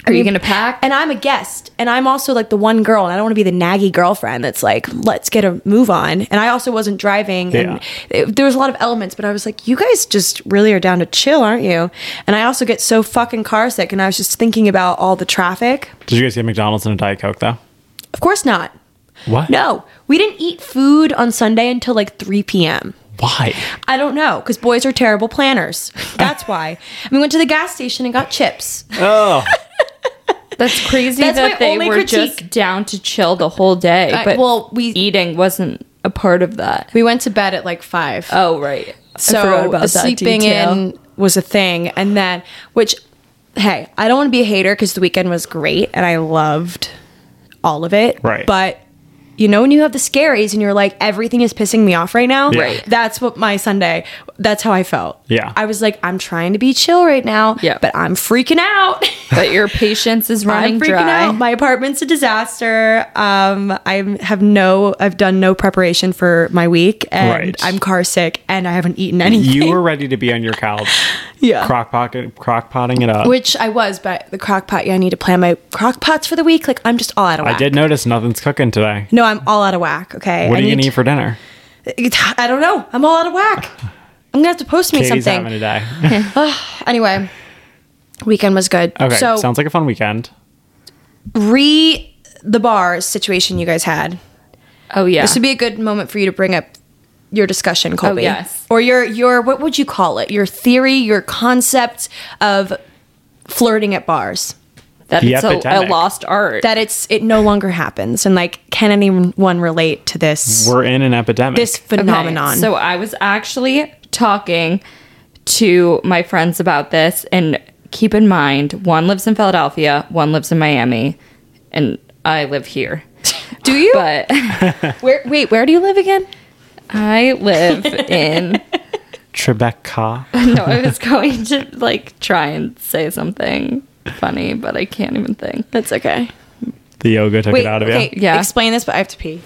mm, Are you gonna pack? And I'm a guest, and I'm also like the one girl, and I don't want to be the naggy girlfriend that's like, let's get a move on. And I also wasn't driving, and it, there was a lot of elements, but I was like, you guys just really are down to chill, aren't you? And I also get so fucking car sick, and I was just thinking about all the traffic. Did you guys get McDonald's and a Diet Coke, though? Of course not. What? No, we didn't eat food on Sunday until like 3 p.m. Why? I don't know, because boys are terrible planners. That's why. And we went to the gas station and got chips. Oh, That's crazy That's my that they only were just critique. down to chill the whole day. I- but well, we- eating wasn't a part of that. We went to bed at like 5. Oh right. I forgot so about the that sleeping detail. in was a thing. And then, which, hey, I don't want to be a hater because the weekend was great and I loved all of it. Right. But you know when you have the scaries and you're like everything is pissing me off right now Yeah. Right. that's what my sunday that's how i felt Yeah. i was like i'm trying to be chill right now Yeah. but i'm freaking out But your patience is running I'm freaking dry. out. My apartment's a disaster. Um, I have no, I've done no preparation for my week, and Right. I'm car sick, and I haven't eaten anything. you were ready to be on your couch, yeah. crock pocket, crock potting it up. Which I was, but the crock pot. Yeah, I need to plan my crock pots for the week. Like I'm just all out of whack. I did notice nothing's cooking today. No, I'm all out of whack. Okay. What I are you need gonna eat for dinner? to- I don't know. I'm all out of whack. I'm gonna have to post me Katie's something. having a day. anyway, weekend was good. Okay, So sounds like a fun weekend. re the bar situation you guys had. Oh yeah. This would be a good moment for you to bring up your discussion, Colby. yes. Or your your what would you call it? Your theory, your concept of flirting at bars. that The it's a, a epidemic. lost art. That it's it no longer happens, and like, can anyone relate to this We're in an epidemic. this Okay, phenomenon? So I was actually talking to my friends about this, and keep in mind, one lives in Philadelphia, one lives in Miami, and I live here. do you? But where, wait, where do you live again? I live in. Tribeca. No, I was going to like try and say something funny, but I can't even think. That's okay. The yoga took Wait, it out of okay. you. Yeah. Explain this, but I have to pee.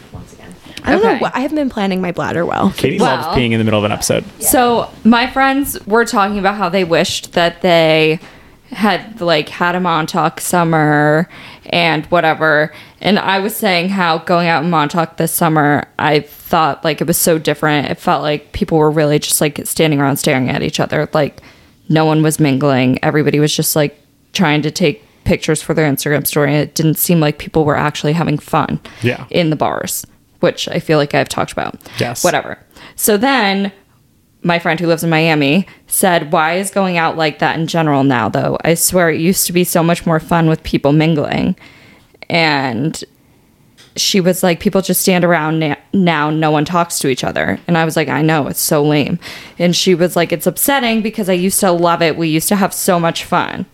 I don't know. Okay. wh- I haven't been planning my bladder well. Katie Well. loves peeing in the middle of an episode. So my friends were talking about how they wished that they had like had a Montauk summer and whatever. And I was saying how going out in Montauk this summer, I thought like it was so different. It felt like people were really just like standing around staring at each other. Like no one was mingling. Everybody was just like trying to take pictures for their Instagram story. It didn't seem like people were actually having fun Yeah. in the bars, which I feel like I've talked about. Yes. Whatever. So then my friend who lives in Miami said, Why is going out like that in general now, though? I swear it used to be so much more fun with people mingling. And she was like, People just stand around na- now, no one talks to each other. And I was like, I know, it's so lame. And she was like, It's upsetting because I used to love it. We used to have so much fun.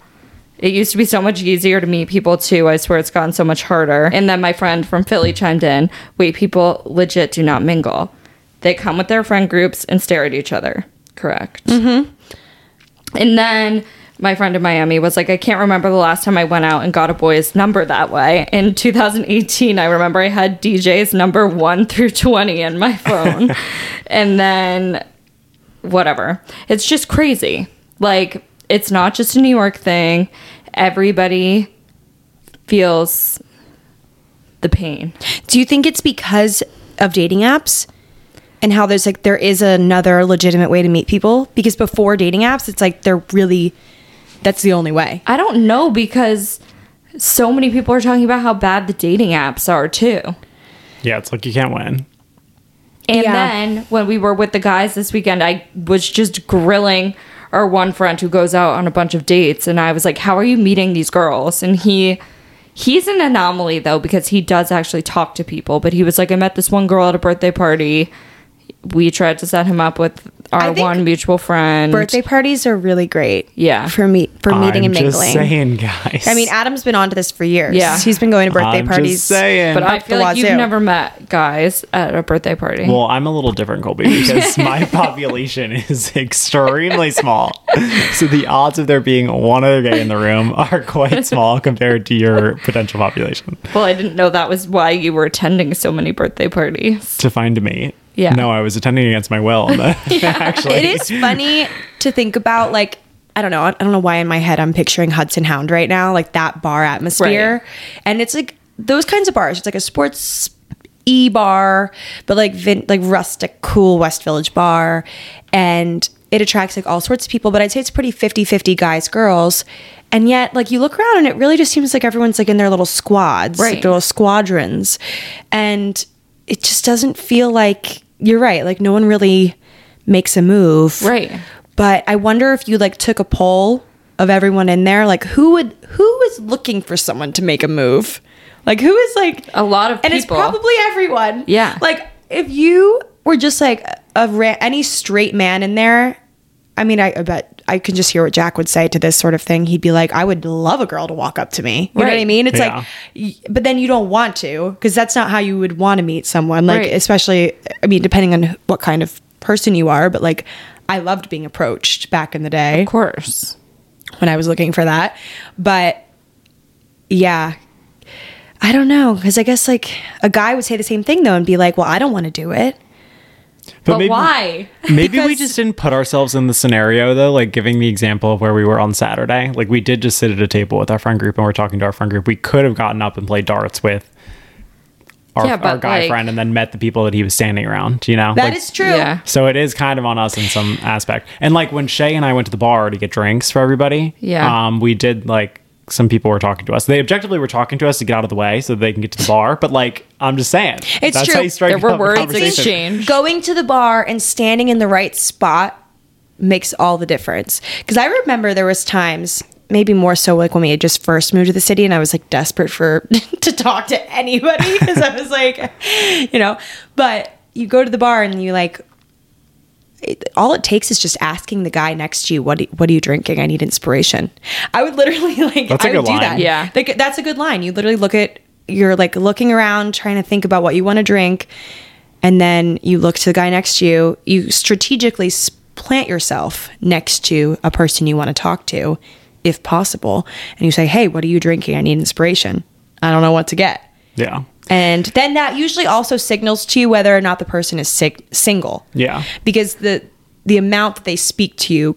It used to be so much easier to meet people too. I swear it's gotten so much harder. And then my friend from Philly chimed in wait, people legit do not mingle. They come with their friend groups and stare at each other. Correct. And then my friend in Miami was like, I can't remember the last time I went out and got a boy's number that way. In 2018, I remember I had DJ's number one through 20 in my phone. and then whatever. It's just crazy. Like, it's not just a New York thing. Everybody feels the pain. Do you think it's because of dating apps and how there's like there is another legitimate way to meet people? Because before dating apps, it's like they're really that's the only way. I don't know because so many people are talking about how bad the dating apps are, too. Yeah, it's like you can't win. And Yeah. then when we were with the guys this weekend, I was just grilling our one friend who goes out on a bunch of dates and I was like, "How are you meeting these girls?" And he he's an anomaly though because he does actually talk to people, but he was like, "I met this one girl at a birthday party. We tried to set him up with our I think one mutual friend." Birthday parties are really great. Yeah. For meet for meeting I'm and just mingling. saying, guys. I mean, Adam's been onto this for years. Yeah. He's been going to birthday I'm parties. Just saying. but I up feel the like you've wazoo. never met guys at a birthday party. well, I'm a little different, Colby, because my population is extremely small. So the odds of there being one other gay in the room are quite small compared to your potential population. well, I didn't know that was why you were attending so many birthday parties. To find me. Yeah. No, I was attending against my will. Actually, It is funny to think about like I don't know. I don't know why in my head I'm picturing Hudson Hound right now, like that bar atmosphere. And it's like those kinds of bars. It's like a sports e bar, but like vin- like rustic, cool West Village bar, and it attracts like all sorts of people. But I'd say it's pretty 50-50 guys girls. And yet, like you look around, and it really just seems like everyone's like in their little squads, like Right. their little squadrons, and it just doesn't feel like you're right. Like no one really makes a move, Right. but I wonder if you like took a poll of everyone in there, like who would who is looking for someone to make a move? Like who is like A lot of and it's people. probably everyone. Yeah. Like if you were just like a ra- any straight man in there, I mean, I, I bet I can just hear what Jack would say to this sort of thing. He'd be like, "I would love a girl to walk up to me." You know what I Right. mean? It's Yeah. like, y- but then you don't want to because that's not how you would want to meet someone. Like Right. especially, I mean, depending on what kind of person you are, but like. I loved being approached back in the day Of course. when I was looking for that. But yeah, I don't know. Cause I guess like a guy would say the same thing though and be like, well, I don't want to do it. But why? Maybe we Because- just didn't put ourselves in the scenario though, like giving the example of where we were on Saturday. Like we did just sit at a table with our friend group and we're talking to our friend group. We could have gotten up and played darts with our, Yeah, our but, guy like- friend and then met the people that he was standing around, you know? That is Like, true. Yeah. so it is kind of on us in some aspect. And like when Shay and I went to the bar to get drinks for everybody, Yeah. um, we did like some people were talking to us. They objectively were talking to us to get out of the way so they can get to the bar. But like, I'm just saying, It's that's true. How you strike There were up a words conversation. exchanged. Change. Going to the bar and standing in the right spot makes all the difference. Cause I remember there was times maybe more so like when we had just first moved to the city and I was like desperate for to talk to anybody because I was like, you know, but you go to the bar and you like it- all it takes is just asking the guy next to you, "What do- what are you drinking? I need inspiration." I would literally like That's a I would good do line. that. Yeah. like, that's a good line. You literally look at you're like looking around, trying to think about what you want to drink, and then you look to the guy next to you. You strategically s- plant yourself next to a person you want to talk to, if possible, and you say, "Hey, what are you drinking? I need inspiration. I don't know what to get." Yeah. And then that usually also signals to you whether or not the person is sig- single. Yeah. Because the the amount that they speak to you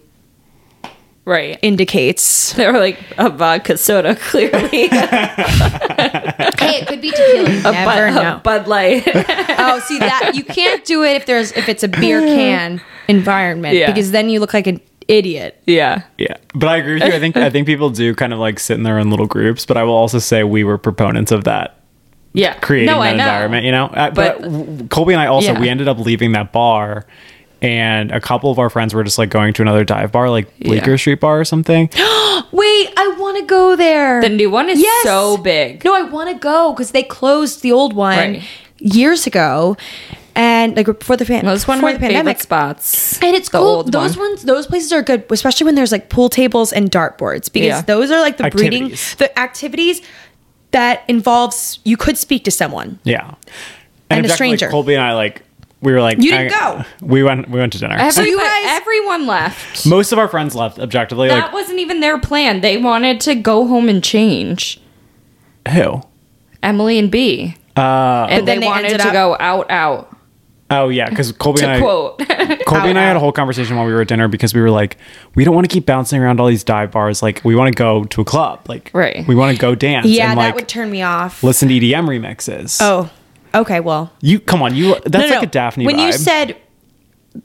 Right. indicates They were like a vodka soda, clearly. a, Hey, it could be tequila. You never Bud, know. a Bud Light. oh, see that you can't do it if there's if it's a beer can environment Yeah. because then you look like an idiot. yeah. Yeah, but I agree with you. I think I think people do kind of like sit in their own little groups. But I will also say we were proponents of that Yeah. creating I that know. environment. You know, uh, But- but, w Colby and I also Yeah. we ended up leaving that bar, and a couple of our friends were just like going to another dive bar, like Bleecker Street Bar or something. Wait, I want to go there. The new one is so big. No, I want to go because they closed the old one Right. years ago, and like before the, pan- That was one of before my the favorite pandemic. spots. And it's The cool. old Those one. ones, those places are good, especially when there's like pool tables and dartboards because Yeah. those are like the breeding, Activities. the activities that involves you could speak to someone. Yeah, And a objectively, stranger. Colby and I like we were like You didn't go. We went we went to dinner. Every, you but guys- everyone left. Most of our friends left. Objectively, that wasn't even their plan. They wanted to go home and change. like who? Emily and B. Uh, and then they, they wanted ended to up- go out, out. Oh yeah, because Colby To and I quote, Colby and I uh, had a whole conversation while we were at dinner because we were like, we don't want to keep bouncing around all these dive bars. Like, we want to go to a club. Like, Right. We want to go dance. Yeah, and, that like, would turn me off. listen to EDM remixes. Oh, okay. Well, you come on, you. That's No, no, like no. a Daphne. When you vibe. said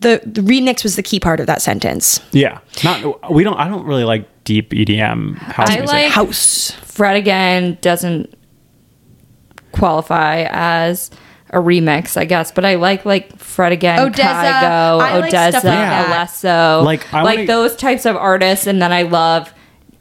the, the remix was the key part of that sentence. yeah, not we don't. I don't really like deep EDM house I music. like- House. Fred again doesn't qualify as a remix, I guess, but I like like Fred again, Odessa. Kygo, I like Odessa, stuff like that. Alesso, Like, I wanna- like those types of artists, and then I love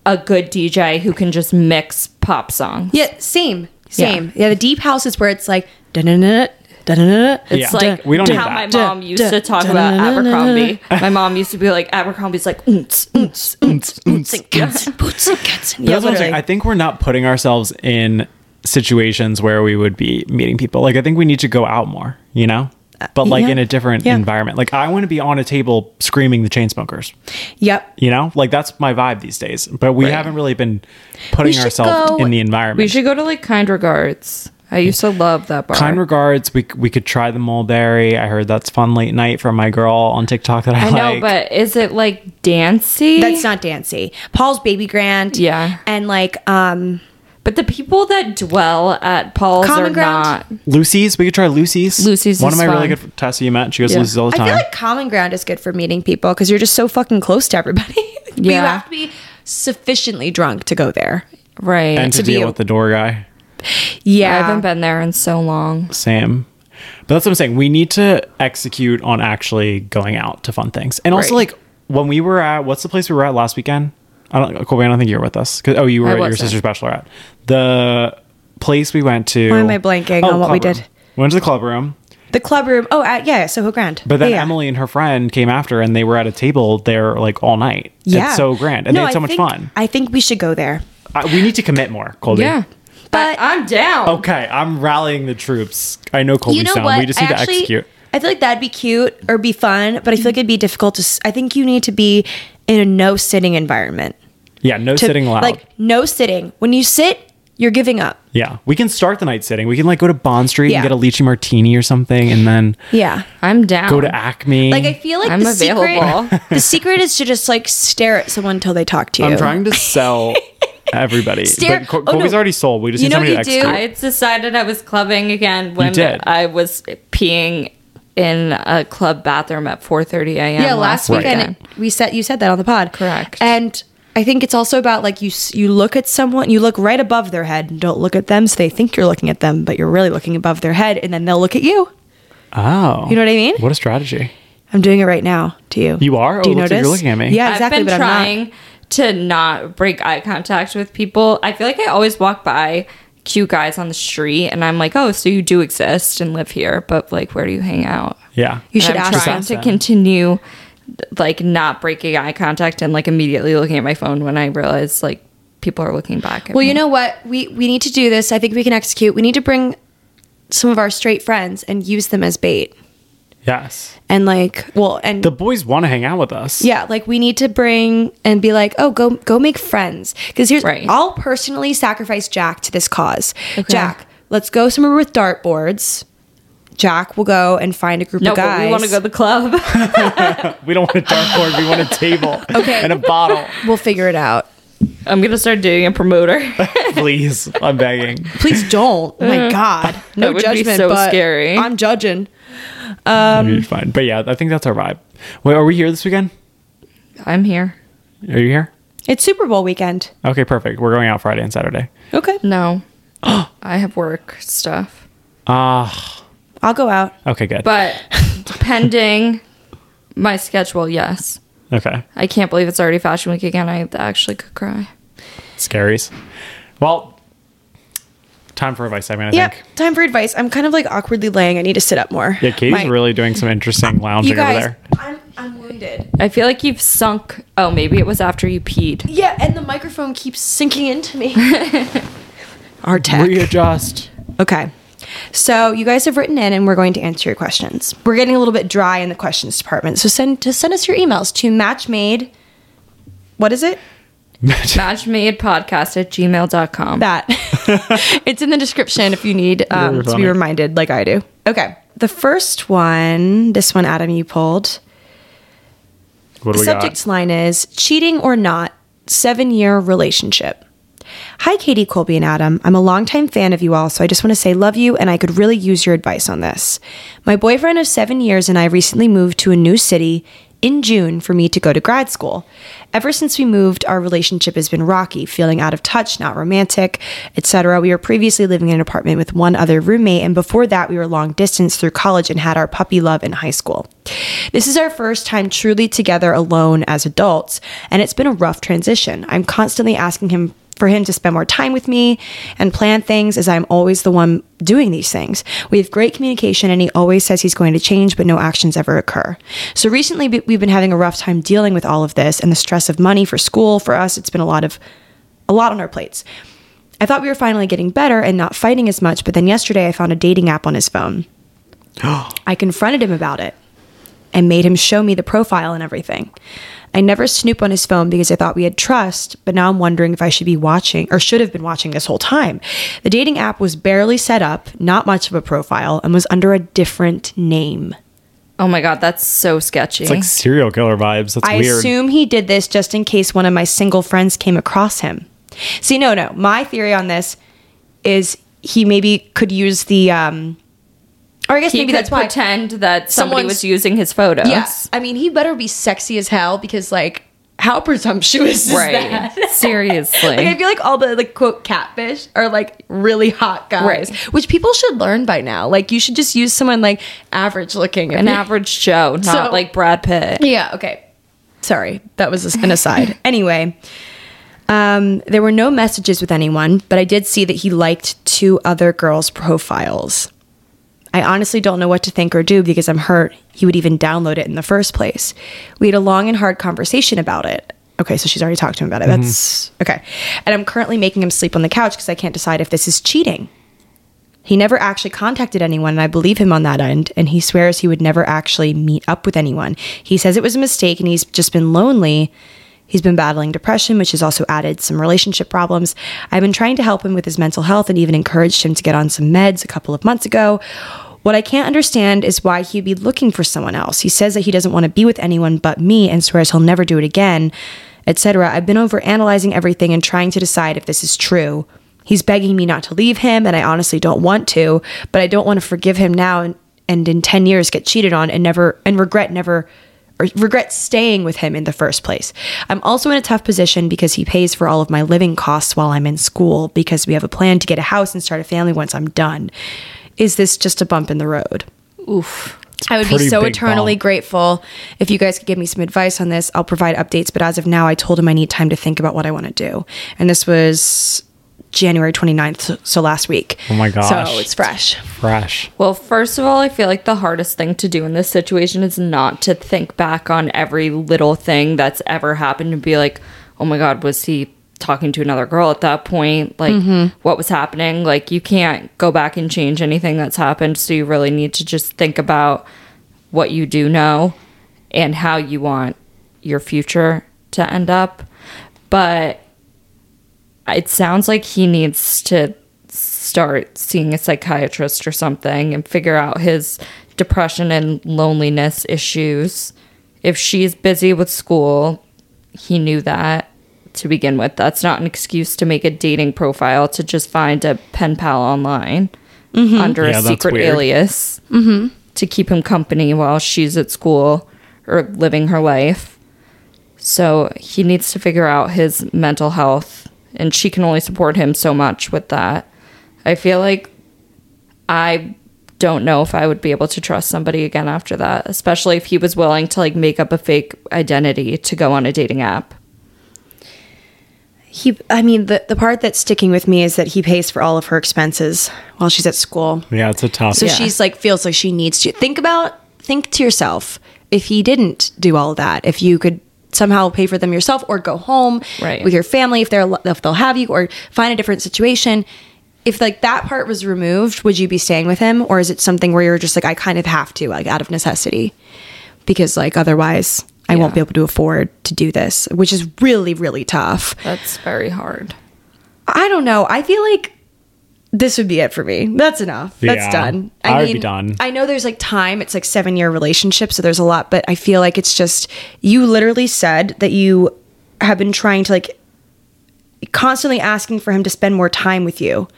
a good DJ who can just mix pop songs. Yeah, same, same. Yeah, the deep house is where it's like dun dun dun dun dun. Yeah. It's like We don't need how that. my mom used to talk about Abercrombie. my mom used to be like Abercrombie's like "Oonts, oonts, oonts, oonts." Cats and boots and cats and But yeah, that's what I'm saying. literally. I think we're not putting ourselves in situations where we would be meeting people. Like, I think we need to go out more. You know. But like yeah. in a different Yeah. environment, like I want to be on a table screaming the chain smokers. Yep. You know, like that's my vibe these days. But we haven't really been We putting should ourselves go- in the environment. We should go to like Kind Regards. I used to love that bar. Kind regards. We we could try the mulberry. I heard that's fun late night from my girl on TikTok that I, I know, like. but is it like dancey? That's not Dancy. Paul's baby grand. Yeah. And like um But the people that dwell at Paul's Common are ground? not. Lucy's. We could try Lucy's. Lucy's One of is my really fun. good Tessa you met. She goes to Yeah. Lucy's all the I time. feel like common ground is good for meeting people because you're just so fucking close to everybody. But you Yeah. have to be sufficiently drunk to go there. Right. and to, to be deal a- with the door guy, Yeah. I haven't been there in so long. Sam. But that's what I'm saying. We need to execute on actually going out to fun things, and also Right. like when we were at what's the place we were at last weekend? I don't, Colby. I don't think you were with us. 'Cause- oh, you were I at your wasn't. sister's bachelorette. The place we went to. Oh, Why am I blanking on what we club room. did? Went to the club room. The club room. Oh, uh, yeah, Soho Grand. But then yeah, yeah. Emily and her friend came after, and they were at a table there like all night. Yeah. it's so grand, and No, they had so I much think- fun. I think we should go there. I, we need to commit more, Colby. Yeah. But I, am down. Oh, Okay, I'm rallying the troops. I know Colby's you know down. what? We just need I to actually, execute. I feel like that'd be cute or be fun, but I feel like it'd be difficult to. s- I think you need to be in a no sitting environment. Yeah, no To- sitting loud. Like no sitting. When you sit, you're giving up. yeah, we can start the night sitting. We can like go to Bond Street Yeah. and get a lychee martini or something, and then Yeah. I'm down. go to Acme. Like I feel like I'm the available. secret. the secret is to just like stare at someone until they talk to you. I'm trying to sell everybody. Stare- but Col- oh, Colby's no. already sold. We just You need know somebody what to you do? execute. I decided I was clubbing again when did. I was peeing in a club bathroom at 4:30 a.m. Yeah, last weekend we said you said that on the pod. Correct. And I think it's also about like you s- you look at someone, you look right above their head, and don't look at them, so they think you're looking at them, but you're really looking above their head, and then they'll look at you. oh, You know what I mean? What a strategy! I'm doing it right now to you. You are? Do Oh, you looks notice? like you're looking at me. Yeah, exactly. I've been but trying I'm to not break eye contact with people. I feel like I always walk by cute guys on the street, and I'm like, oh, so you do exist and live here, but like, where do you hang out? Yeah, You And should I'm ask trying them. to continue like not breaking eye contact and like immediately looking at my phone when I realize like people are looking back. At Well, me. you know what? We we need to do this. I think we can execute. We need to bring some of our straight friends and use them as bait. Yes, And like, well, and the boys want to hang out with us. yeah, like we need to bring and be like, oh, go go make friends. Because here's Right. I'll personally sacrifice Jack to this cause. Jack, let's go somewhere with dartboards. Jack will go and find a group No, of guys. but we want to go to the club. We don't want a dartboard. We want a table Okay. and a bottle. we'll figure it out. I'm gonna start doing a promoter. Please, I'm begging. Please don't. Oh my God. No would be judgment. so but scary. I'm judging. Um, You're fine. But yeah, I think that's our vibe. Wait, are we here this weekend? I'm here. Are you here? It's Super Bowl weekend. Okay, perfect. We're going out Friday and Saturday. Okay. No, I have work stuff. Ah, I'll go out. okay, good. But depending my schedule, yes. okay, I can't believe it's already Fashion Week again. I actually could cry. scaries. Well, time for advice. I mean, I Yep. think. Time for advice. I'm kind of like awkwardly laying. I need to sit up more. Yeah, Katie's My- really doing some interesting lounging You guys, over there. I'm I'm wounded. I feel like you've sunk. Oh, maybe it was after you peed. Yeah, and the microphone keeps sinking into me. Our tech. Readjust. Okay. So you guys have written in and we're going to answer your questions. We're getting a little bit dry in the questions department. So send to send us your emails to matchmade what is it? Matchmade podcast at gmail.com. That. it's in the description if you need um, Very to funny. be reminded like I do. Okay. The first one, this one Adam you pulled. What do The we got? subject line is cheating or not, seven year relationship. Hi, Katie Colby and Adam. I'm a longtime fan of you all, so I just want to say love you, and I could really use your advice on this. My boyfriend of seven years and I recently moved to a new city in June for me to go to grad school. Ever since we moved, our relationship has been rocky, feeling out of touch, not romantic, etc. We were previously living in an apartment with one other roommate, and before that, we were long distance through college and had our puppy love in high school. This is our first time truly together alone as adults, and it's been a rough transition. I'm constantly asking him for him to spend more time with me and plan things as I'm always the one doing these things. We have great communication and he always says he's going to change, but no actions ever occur. So recently we- we've been having a rough time dealing with all of this and the stress of money for school. For us, it's been a lot of a lot on our plates. I thought we were finally getting better and not fighting as much, but then yesterday I found a dating app on his phone. I confronted him about it and made him show me the profile and everything. I never snoop on his phone because I thought we had trust, but now I'm wondering if I should be watching or should have been watching this whole time. The dating app was barely set up, not much of a profile, and was under a different name. Oh my God, that's so sketchy. It's like serial killer vibes. That's I weird. assume he did this just in case one of my single friends came across him. See, no, no. My theory on this is he maybe could use the, um, or I guess he maybe could that's why. pretend that somebody Someone's- was using his photos. Yes. I mean, he better be sexy as hell because, like, how presumptuous is Right. that? Seriously. Like I feel like all the like quote catfish are like really hot guys, Right. which people should learn by now. Like you should just use someone like average looking. An average Joe, not So- like Brad Pitt. Yeah. Okay. Sorry, that was an aside. anyway, um, there were no messages with anyone, but I did see that he liked two other girls' profiles. I honestly don't know what to think or do because I'm hurt he would even download it in the first place. We had a long and hard conversation about it. Okay, so she's already talked to him about it. That's okay. And I'm currently making him sleep on the couch because I can't decide if this is cheating. He never actually contacted anyone, and I believe him on that end. And he swears he would never actually meet up with anyone. He says it was a mistake, and he's just been lonely. He's been battling depression, which has also added some relationship problems. I've been trying to help him with his mental health and even encouraged him to get on some meds a couple of months ago. What I can't understand is why he'd be looking for someone else. He says that he doesn't want to be with anyone but me and swears he'll never do it again, etc. I've been over analyzing everything and trying to decide if this is true. He's begging me not to leave him, and I honestly don't want to, but I don't want to forgive him now and, and in 10 years get cheated on and never and regret never or regret staying with him in the first place. I'm also in a tough position because he pays for all of my living costs while I'm in school because we have a plan to get a house and start a family once I'm done. Is this just a bump in the road? Oof. I would pretty be so big eternally bump. grateful if you guys could give me some advice on this. I'll provide updates, but as of now, I told him I need time to think about what I want to do. And this was January 29th, so last week. Oh my gosh. So it's fresh. Fresh. Well, first of all, I feel like the hardest thing to do in this situation is not to think back on every little thing that's ever happened and be like, oh my God, was he talking to another girl at that point? Like, what was happening? Like, you can't go back and change anything that's happened. So you really need to just think about what you do know and how you want your future to end up. But it sounds like he needs to start seeing a psychiatrist or something and figure out his depression and loneliness issues. If she's busy with school, he knew that to begin with. That's not an excuse to make a dating profile to just find a pen pal online under Yeah, a that's secret weird. alias to keep him company while she's at school or living her life. So he needs to figure out his mental health, and she can only support him so much with that. I feel like I don't know if I would be able to trust somebody again after that, especially if he was willing to like make up a fake identity to go on a dating app. He, I mean, the, the part that's sticking with me is that he pays for all of her expenses while she's at school. Yeah, it's a tough. So she's like feels like she needs to think about think to yourself if he didn't do all that, if you could somehow pay for them yourself or go home Right. with your family if they're if they'll have you or find a different situation. If like that part was removed, would you be staying with him or is it something where you're just like I kind of have to like out of necessity because like otherwise I won't be able to afford to do this, which is really really tough. That's very hard. I don't know. I feel like this would be it for me. That's enough. Yeah. That's done. I would be done. I know there's like time. It's like seven year relationship, so there's a lot. But I feel like it's just you literally said that you have been trying to like constantly asking for him to spend more time with you.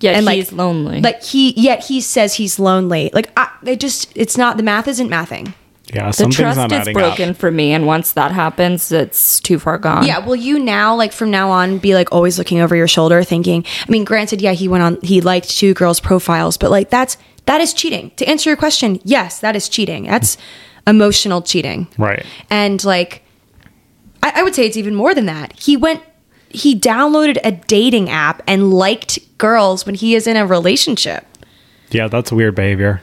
Yeah, he's lonely. Like he, yet he says he's lonely. Like I, it just, it's not the math isn't mathing. yeah, the something's trust not is adding broken up. for me, and once that happens, it's too far gone. Yeah, will you now, like from now on, be like always looking over your shoulder, thinking? I mean, granted, yeah, he went on, he liked two girls' profiles, but like that's that is cheating. To answer your question, yes, that is cheating. That's emotional cheating, Right. And like, I, I would say it's even more than that. He went, he downloaded a dating app and liked girls when he is in a relationship, Yeah, that's weird behavior.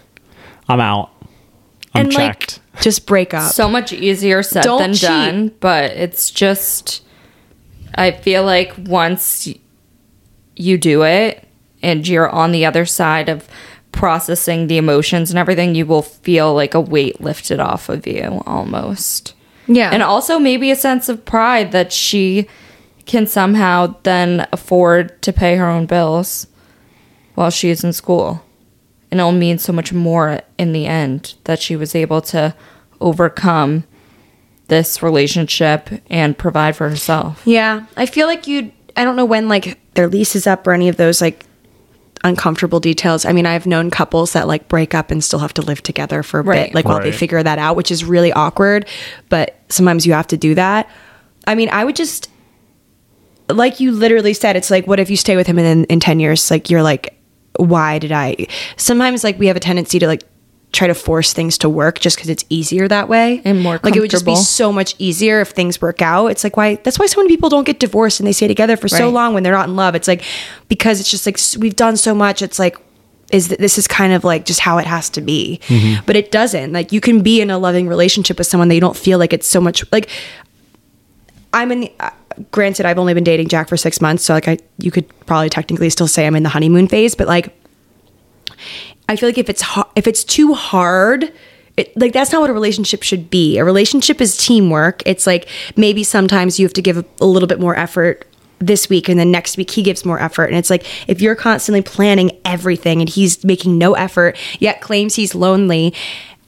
I'm out. I'm and checked. like just break up. so much easier said Don't than cheat. done but it's just i feel like once y- you do it and you're on the other side of processing the emotions and everything you will feel like a weight lifted off of you almost Yeah. and also maybe a sense of pride that she can somehow then afford to pay her own bills while she is in school. And it'll mean so much more in the end that she was able to overcome this relationship and provide for herself. Yeah, I feel like you'd. I don't know when like their lease is up or any of those like uncomfortable details. I mean, I've known couples that like break up and still have to live together for a bit, Right. like while they Right. figure that out, which is really awkward. But sometimes you have to do that. I mean, I would just like you literally said. It's like, what if you stay with him and then in ten years, like you're like, why did I? Sometimes like we have a tendency to like try to force things to work just because it's easier that way And more like it would just be comfortable. so much easier if things work out. It's like why that's why so many people don't get divorced and they stay together for so Right. long when they're not in love. It's like because it's just like s- we've done so much. It's like is th- this is kind of like just how it has to be, but it doesn't. Like you can be in a loving relationship with someone that you don't feel like it's so much like I'm in. The, uh, granted, I've only been dating Jack for six months, so like I, you could probably technically still say I'm in the honeymoon phase. But like, I feel like if it's ha- if it's too hard. It, like that's not what a relationship should be. A relationship is teamwork. It's like maybe sometimes you have to give a, a little bit more effort this week, and then next week he gives more effort. And it's like if you're constantly planning everything and he's making no effort, yet claims he's lonely.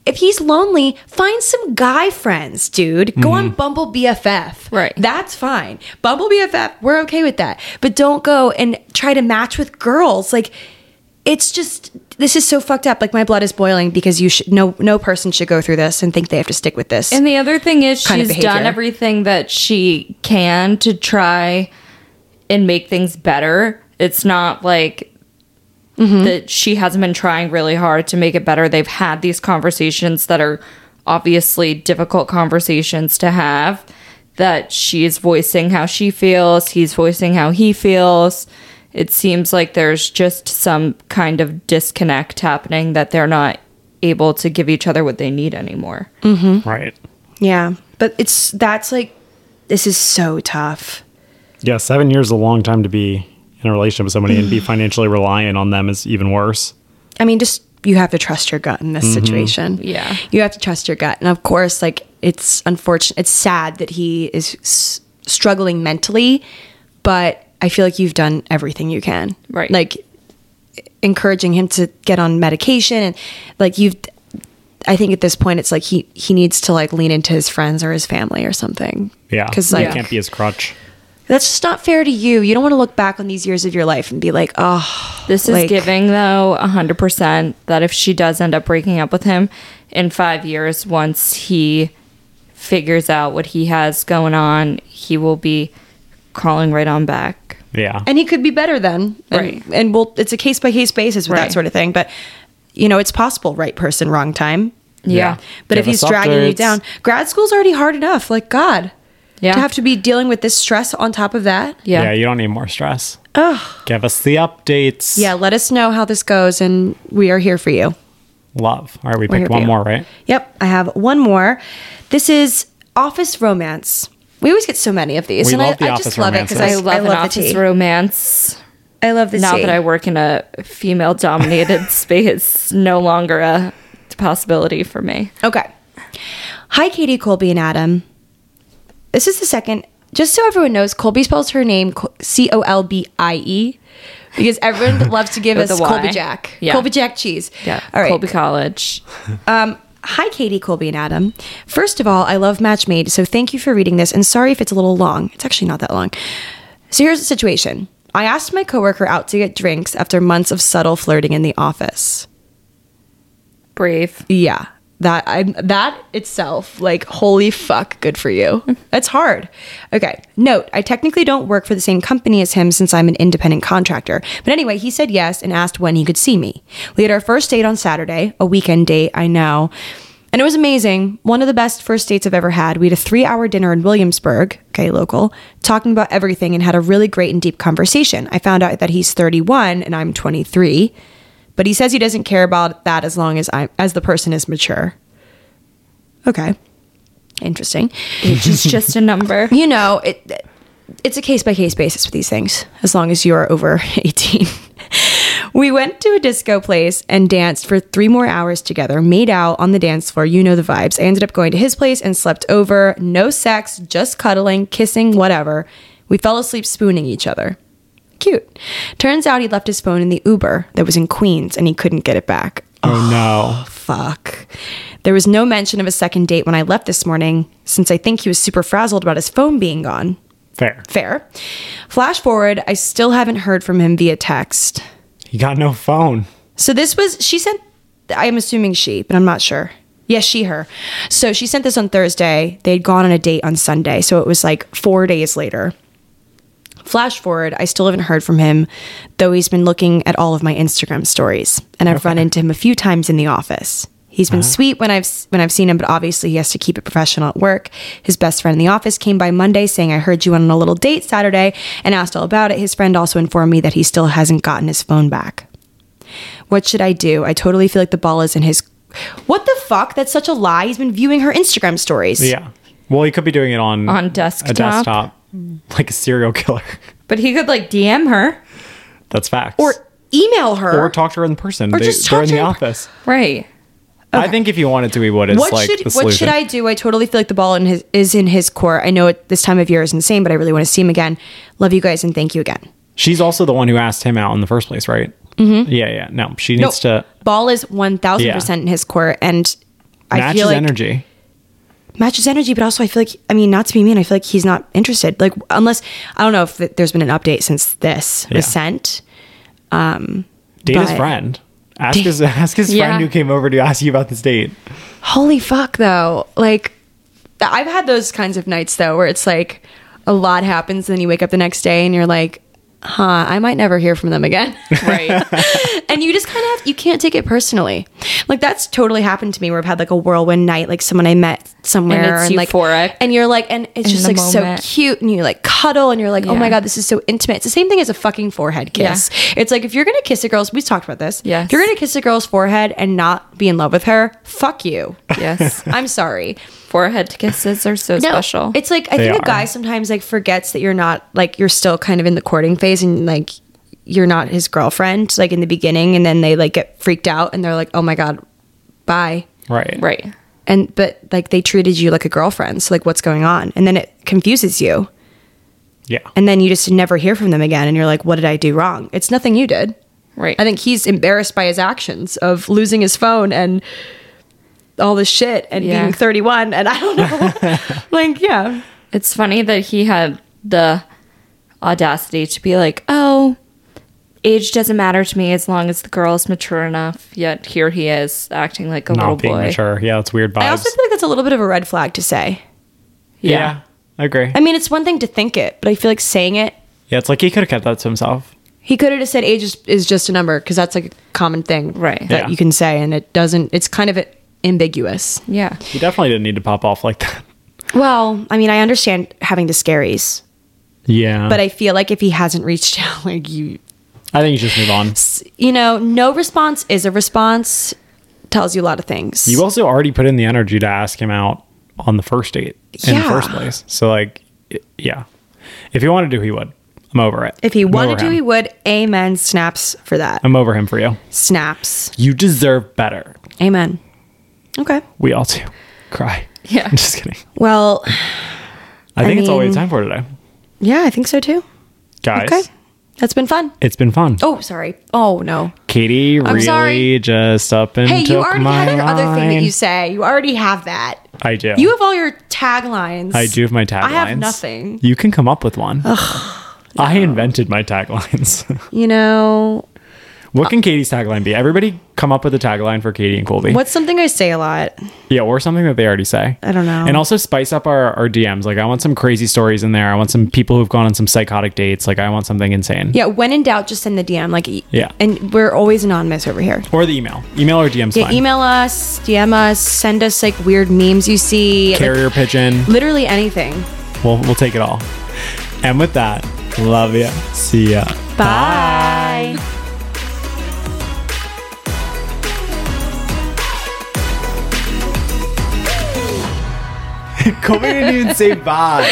If he's lonely, find some guy friends, dude. Go on Bumble BFF. Right. That's fine. Bumble BFF, we're okay with that. But don't go and try to match with girls. Like, it's just this is so fucked up. Like my blood is boiling because you should no no person should go through this and think they have to stick with this. And the other thing is Kind of she's behavior. done everything that she can to try and make things better. It's not like Mm-hmm. that she hasn't been trying really hard to make it better. They've had these conversations that are obviously difficult conversations to have that she's voicing how she feels, he's voicing how he feels. It seems like there's just some kind of disconnect happening that they're not able to give each other what they need anymore. hmm? Right. yeah, but it's that's like this is so tough. Yeah, seven years is a long time to be in a relationship with somebody and be financially reliant on them is even worse. I mean, just you have to trust your gut in this Mm-hmm. situation. Yeah. you have to trust your gut, and of course, like it's unfortunate. It's sad that he is s- struggling mentally, but I feel like you've done everything you can. Right. Like encouraging him to get on medication and like you've I think at this point it's like he he needs to like lean into his friends or his family or something. Yeah, Cuz You like can't be his crutch. that's just not fair to you. You don't want to look back on these years of your life and be like, "Oh, This is like- giving though 100% that if she does end up breaking up with him in 5 years once he figures out what he has going on, he will be crawling right on back. Yeah, and he could be better then and, Right. and we'll it's a case by case basis with that Right. sort of thing but you know it's possible right person wrong time Yeah. but Give if he's us dragging you updates. down grad school's already hard enough like god Yeah. to have to be dealing with this stress on top of that Yeah. yeah, you don't need more stress. Give us the updates. yeah let us know how this goes and we are here for you love. All right, we We're picked here for one you. more, right? yep i have one more this is office romance we always get so many of these We and love I, the I office just love it because I, I romances. love, I an love the office tea. romance. I love the Now tea. that I work in a female dominated space, no longer a possibility for me. Okay. Hi, Katie, Colby, and Adam. This is the second. Just so everyone knows, Colby spells her name C O L B I E because everyone loves to give With us a Y. Colby Jack. Yeah. Colby Jack cheese. Yeah. All right. Colby College. Um, hi, Katie, Colby, and Adam. First of all, I love Match Made, so thank you for reading this. And sorry if it's a little long. It's actually not that long. So here's the situation I asked my coworker out to get drinks after months of subtle flirting in the office. Brave. Yeah. That I that itself, like holy fuck, good for you. That's hard. Okay. Note, I technically don't work for the same company as him since I'm an independent contractor. But anyway, he said yes and asked when he could see me. We had our first date on Saturday, a weekend date, I know. And it was amazing. One of the best first dates I've ever had. We had a three hour dinner in Williamsburg, okay, local, talking about everything and had a really great and deep conversation. I found out that he's 31 and I'm 23, but he says he doesn't care about that as long as I'm as the person is mature. Okay. Interesting. Age is just a number. You know, it it's a case by case basis with these things as long as you're over 18. we went to a disco place and danced for 3 more hours together, made out on the dance floor, you know the vibes. I ended up going to his place and slept over, no sex, just cuddling, kissing, whatever. We fell asleep spooning each other. Cute. Turns out he left his phone in the Uber that was in Queens and he couldn't get it back Oh no. fuck. There was no mention of a second date when I left this morning, since I think he was super frazzled about his phone being gone. Fair. Fair. Flash forward, I still haven't heard from him via text. He got no phone. So this was, she sent, I'm assuming she, but I'm not sure. Yes, she, her. So she sent this on Thursday. They'd gone on a date on Sunday. So it was like four days later. Flash forward, I still haven't heard from him, though he's been looking at all of my Instagram stories, and I've run into him a few times in the office. He's been sweet when I've when I've seen him, but obviously he has to keep it professional at work. His best friend in the office came by Monday saying I heard you went on a little date Saturday and asked all about it. His friend also informed me that he still hasn't gotten his phone back. What should I do? I totally feel like the ball is in his What the fuck? That's such a lie. He's been viewing her Instagram stories. Yeah. Well, he could be doing it on On a desktop. desktop, like a serial killer. But he could like DM her. That's facts. Or email her. or talk to her in person. Or they, just they're talk in to the her- office. Right. I think if you wanted to, we would. It's what like should the what solution. should I do? I totally feel like the ball in his is in his court. I know it, this time of year is insane, but I really want to see him again. Love you guys and thank you again. She's also the one who asked him out in the first place, right? Mm-hmm. Yeah, yeah. No, she No, needs to ball is one thousand percent in his court, and I match feel his like energy. matches energy. But also, I feel like I mean, not to be mean, I feel like he's not interested. Like unless I don't know if th- there's been an update since this Yeah. was sent. Date his but- friend. Ask his ask his Yeah. friend who came over to ask you about this date. Holy fuck, though! Like I've had those kinds of nights though, where it's like a lot happens, and then you wake up the next day and you're like, huh, I might never hear from them again. Right. and you just kind of have, you can't take it personally. Like that's totally happened to me where I've had like a whirlwind night, like someone I met somewhere, And it's like euphoric. and you're like, and it's In just the like moment. so cute, and you like cuddle, and you're like, oh my Yeah. god, this is so intimate. It's the same thing as a fucking forehead kiss. It's like if you're gonna kiss a girl's, we talked about this. Yes. if you're gonna kiss a girl's forehead and not be in love with her, fuck you. Yes. I'm sorry. Forehead kisses are so special. It's like I They think a are. guy sometimes like forgets that you're not like you're still kind of in the courting phase and like you're not his girlfriend like in the beginning and then they like get freaked out and they're like, "Oh my god, bye." Right. right. And but like they treated you like a girlfriend. So like what's going on? And then it confuses you. Yeah. And then you just never hear from them again and you're like, "What did I do wrong?" It's nothing you did. Right. I think he's embarrassed by his actions of losing his phone and all this shit and Yeah. being 31 and I don't know. like, yeah. It's funny that he had the audacity to be like, oh, age doesn't matter to me as long as the girl is mature enough. Yet here he is acting like a little Not being boy. mature. Yeah, it's weird vibes. I also feel like that's a little bit of a red flag to say. yeah. I agree. I mean, it's one thing to think it, but I feel like saying it, Yeah, it's like he could have kept that to himself. he could have just said age is, is just a number because that's like a common thing Right. that Yeah. you can say and it doesn't, it's kind of ambiguous. Yeah. He definitely didn't need to pop off like that. Well, I mean, I understand having the scaries, Yeah. but I feel like if he hasn't reached out, like you, I think you should just move on. you know, no response is a response tells you a lot of things. You also already put in the energy to ask him out on the first date in the Yeah. first place. So like, i- yeah, if he wanted to, he would. I'm over it. If he I'm wanted over to, him. he would. Amen. Snaps for that. I'm over him for you. Snaps. You deserve better. Amen. Okay. We all do. Cry. Yeah. I'm just kidding. Well, I, think it's all we have mean- time for today, yeah, I think so too. guys. Okay. That's been fun. It's been fun. Oh, sorry. Oh, no. Katie really sorry. just up and Hey, you took already my had your other thing that line. you say. You already have that. I do. You have all your taglines. I do have my taglines. I have nothing. You can come up with one. I invented my taglines. You know, what can Katie's tagline be? Everybody come up with a tagline for Katie and Colby. what's something I say a lot? Yeah, or something that they already say. I don't know. And also spice up our, our DMs. Like I want some crazy stories in there. I want some people who've gone on some psychotic dates. Like I want something insane. Yeah, when in doubt, just send the DM. Like, e- Yeah. And we're always anonymous over here. Or the email. Email or DM's Yeah, fine. email us, DM us, send us like weird memes you see, like, Carrier pigeon. literally anything. We'll we'll take it all. And with that, love ya. See ya. Bye. Colby didn't even say bye.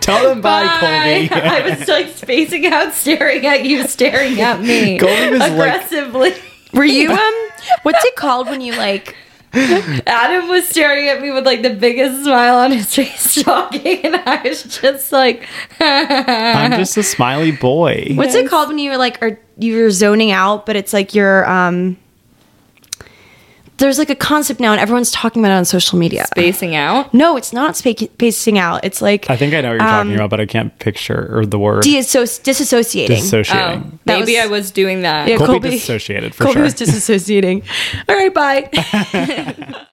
Tell them bye, Colby. I was like spacing out, staring at you, staring at me. Colby was like aggressively. Were you um? What's it called when you like? Adam was staring at me with like the biggest smile on his face, talking, and I was just like, I'm just a smiley boy. What's it called when you like are you're zoning out, but it's like you're um. There's like a concept now, and everyone's talking about it on social media. spacing out. No, it's not spa- spacing out. It's like I think I know what you're talking Um, about, but I can't picture or the word disso- disassociating. Oh, dissociating. That maybe was- I was doing that. Yeah, Colby disassociated for Colby sure. was disassociating. All right, bye.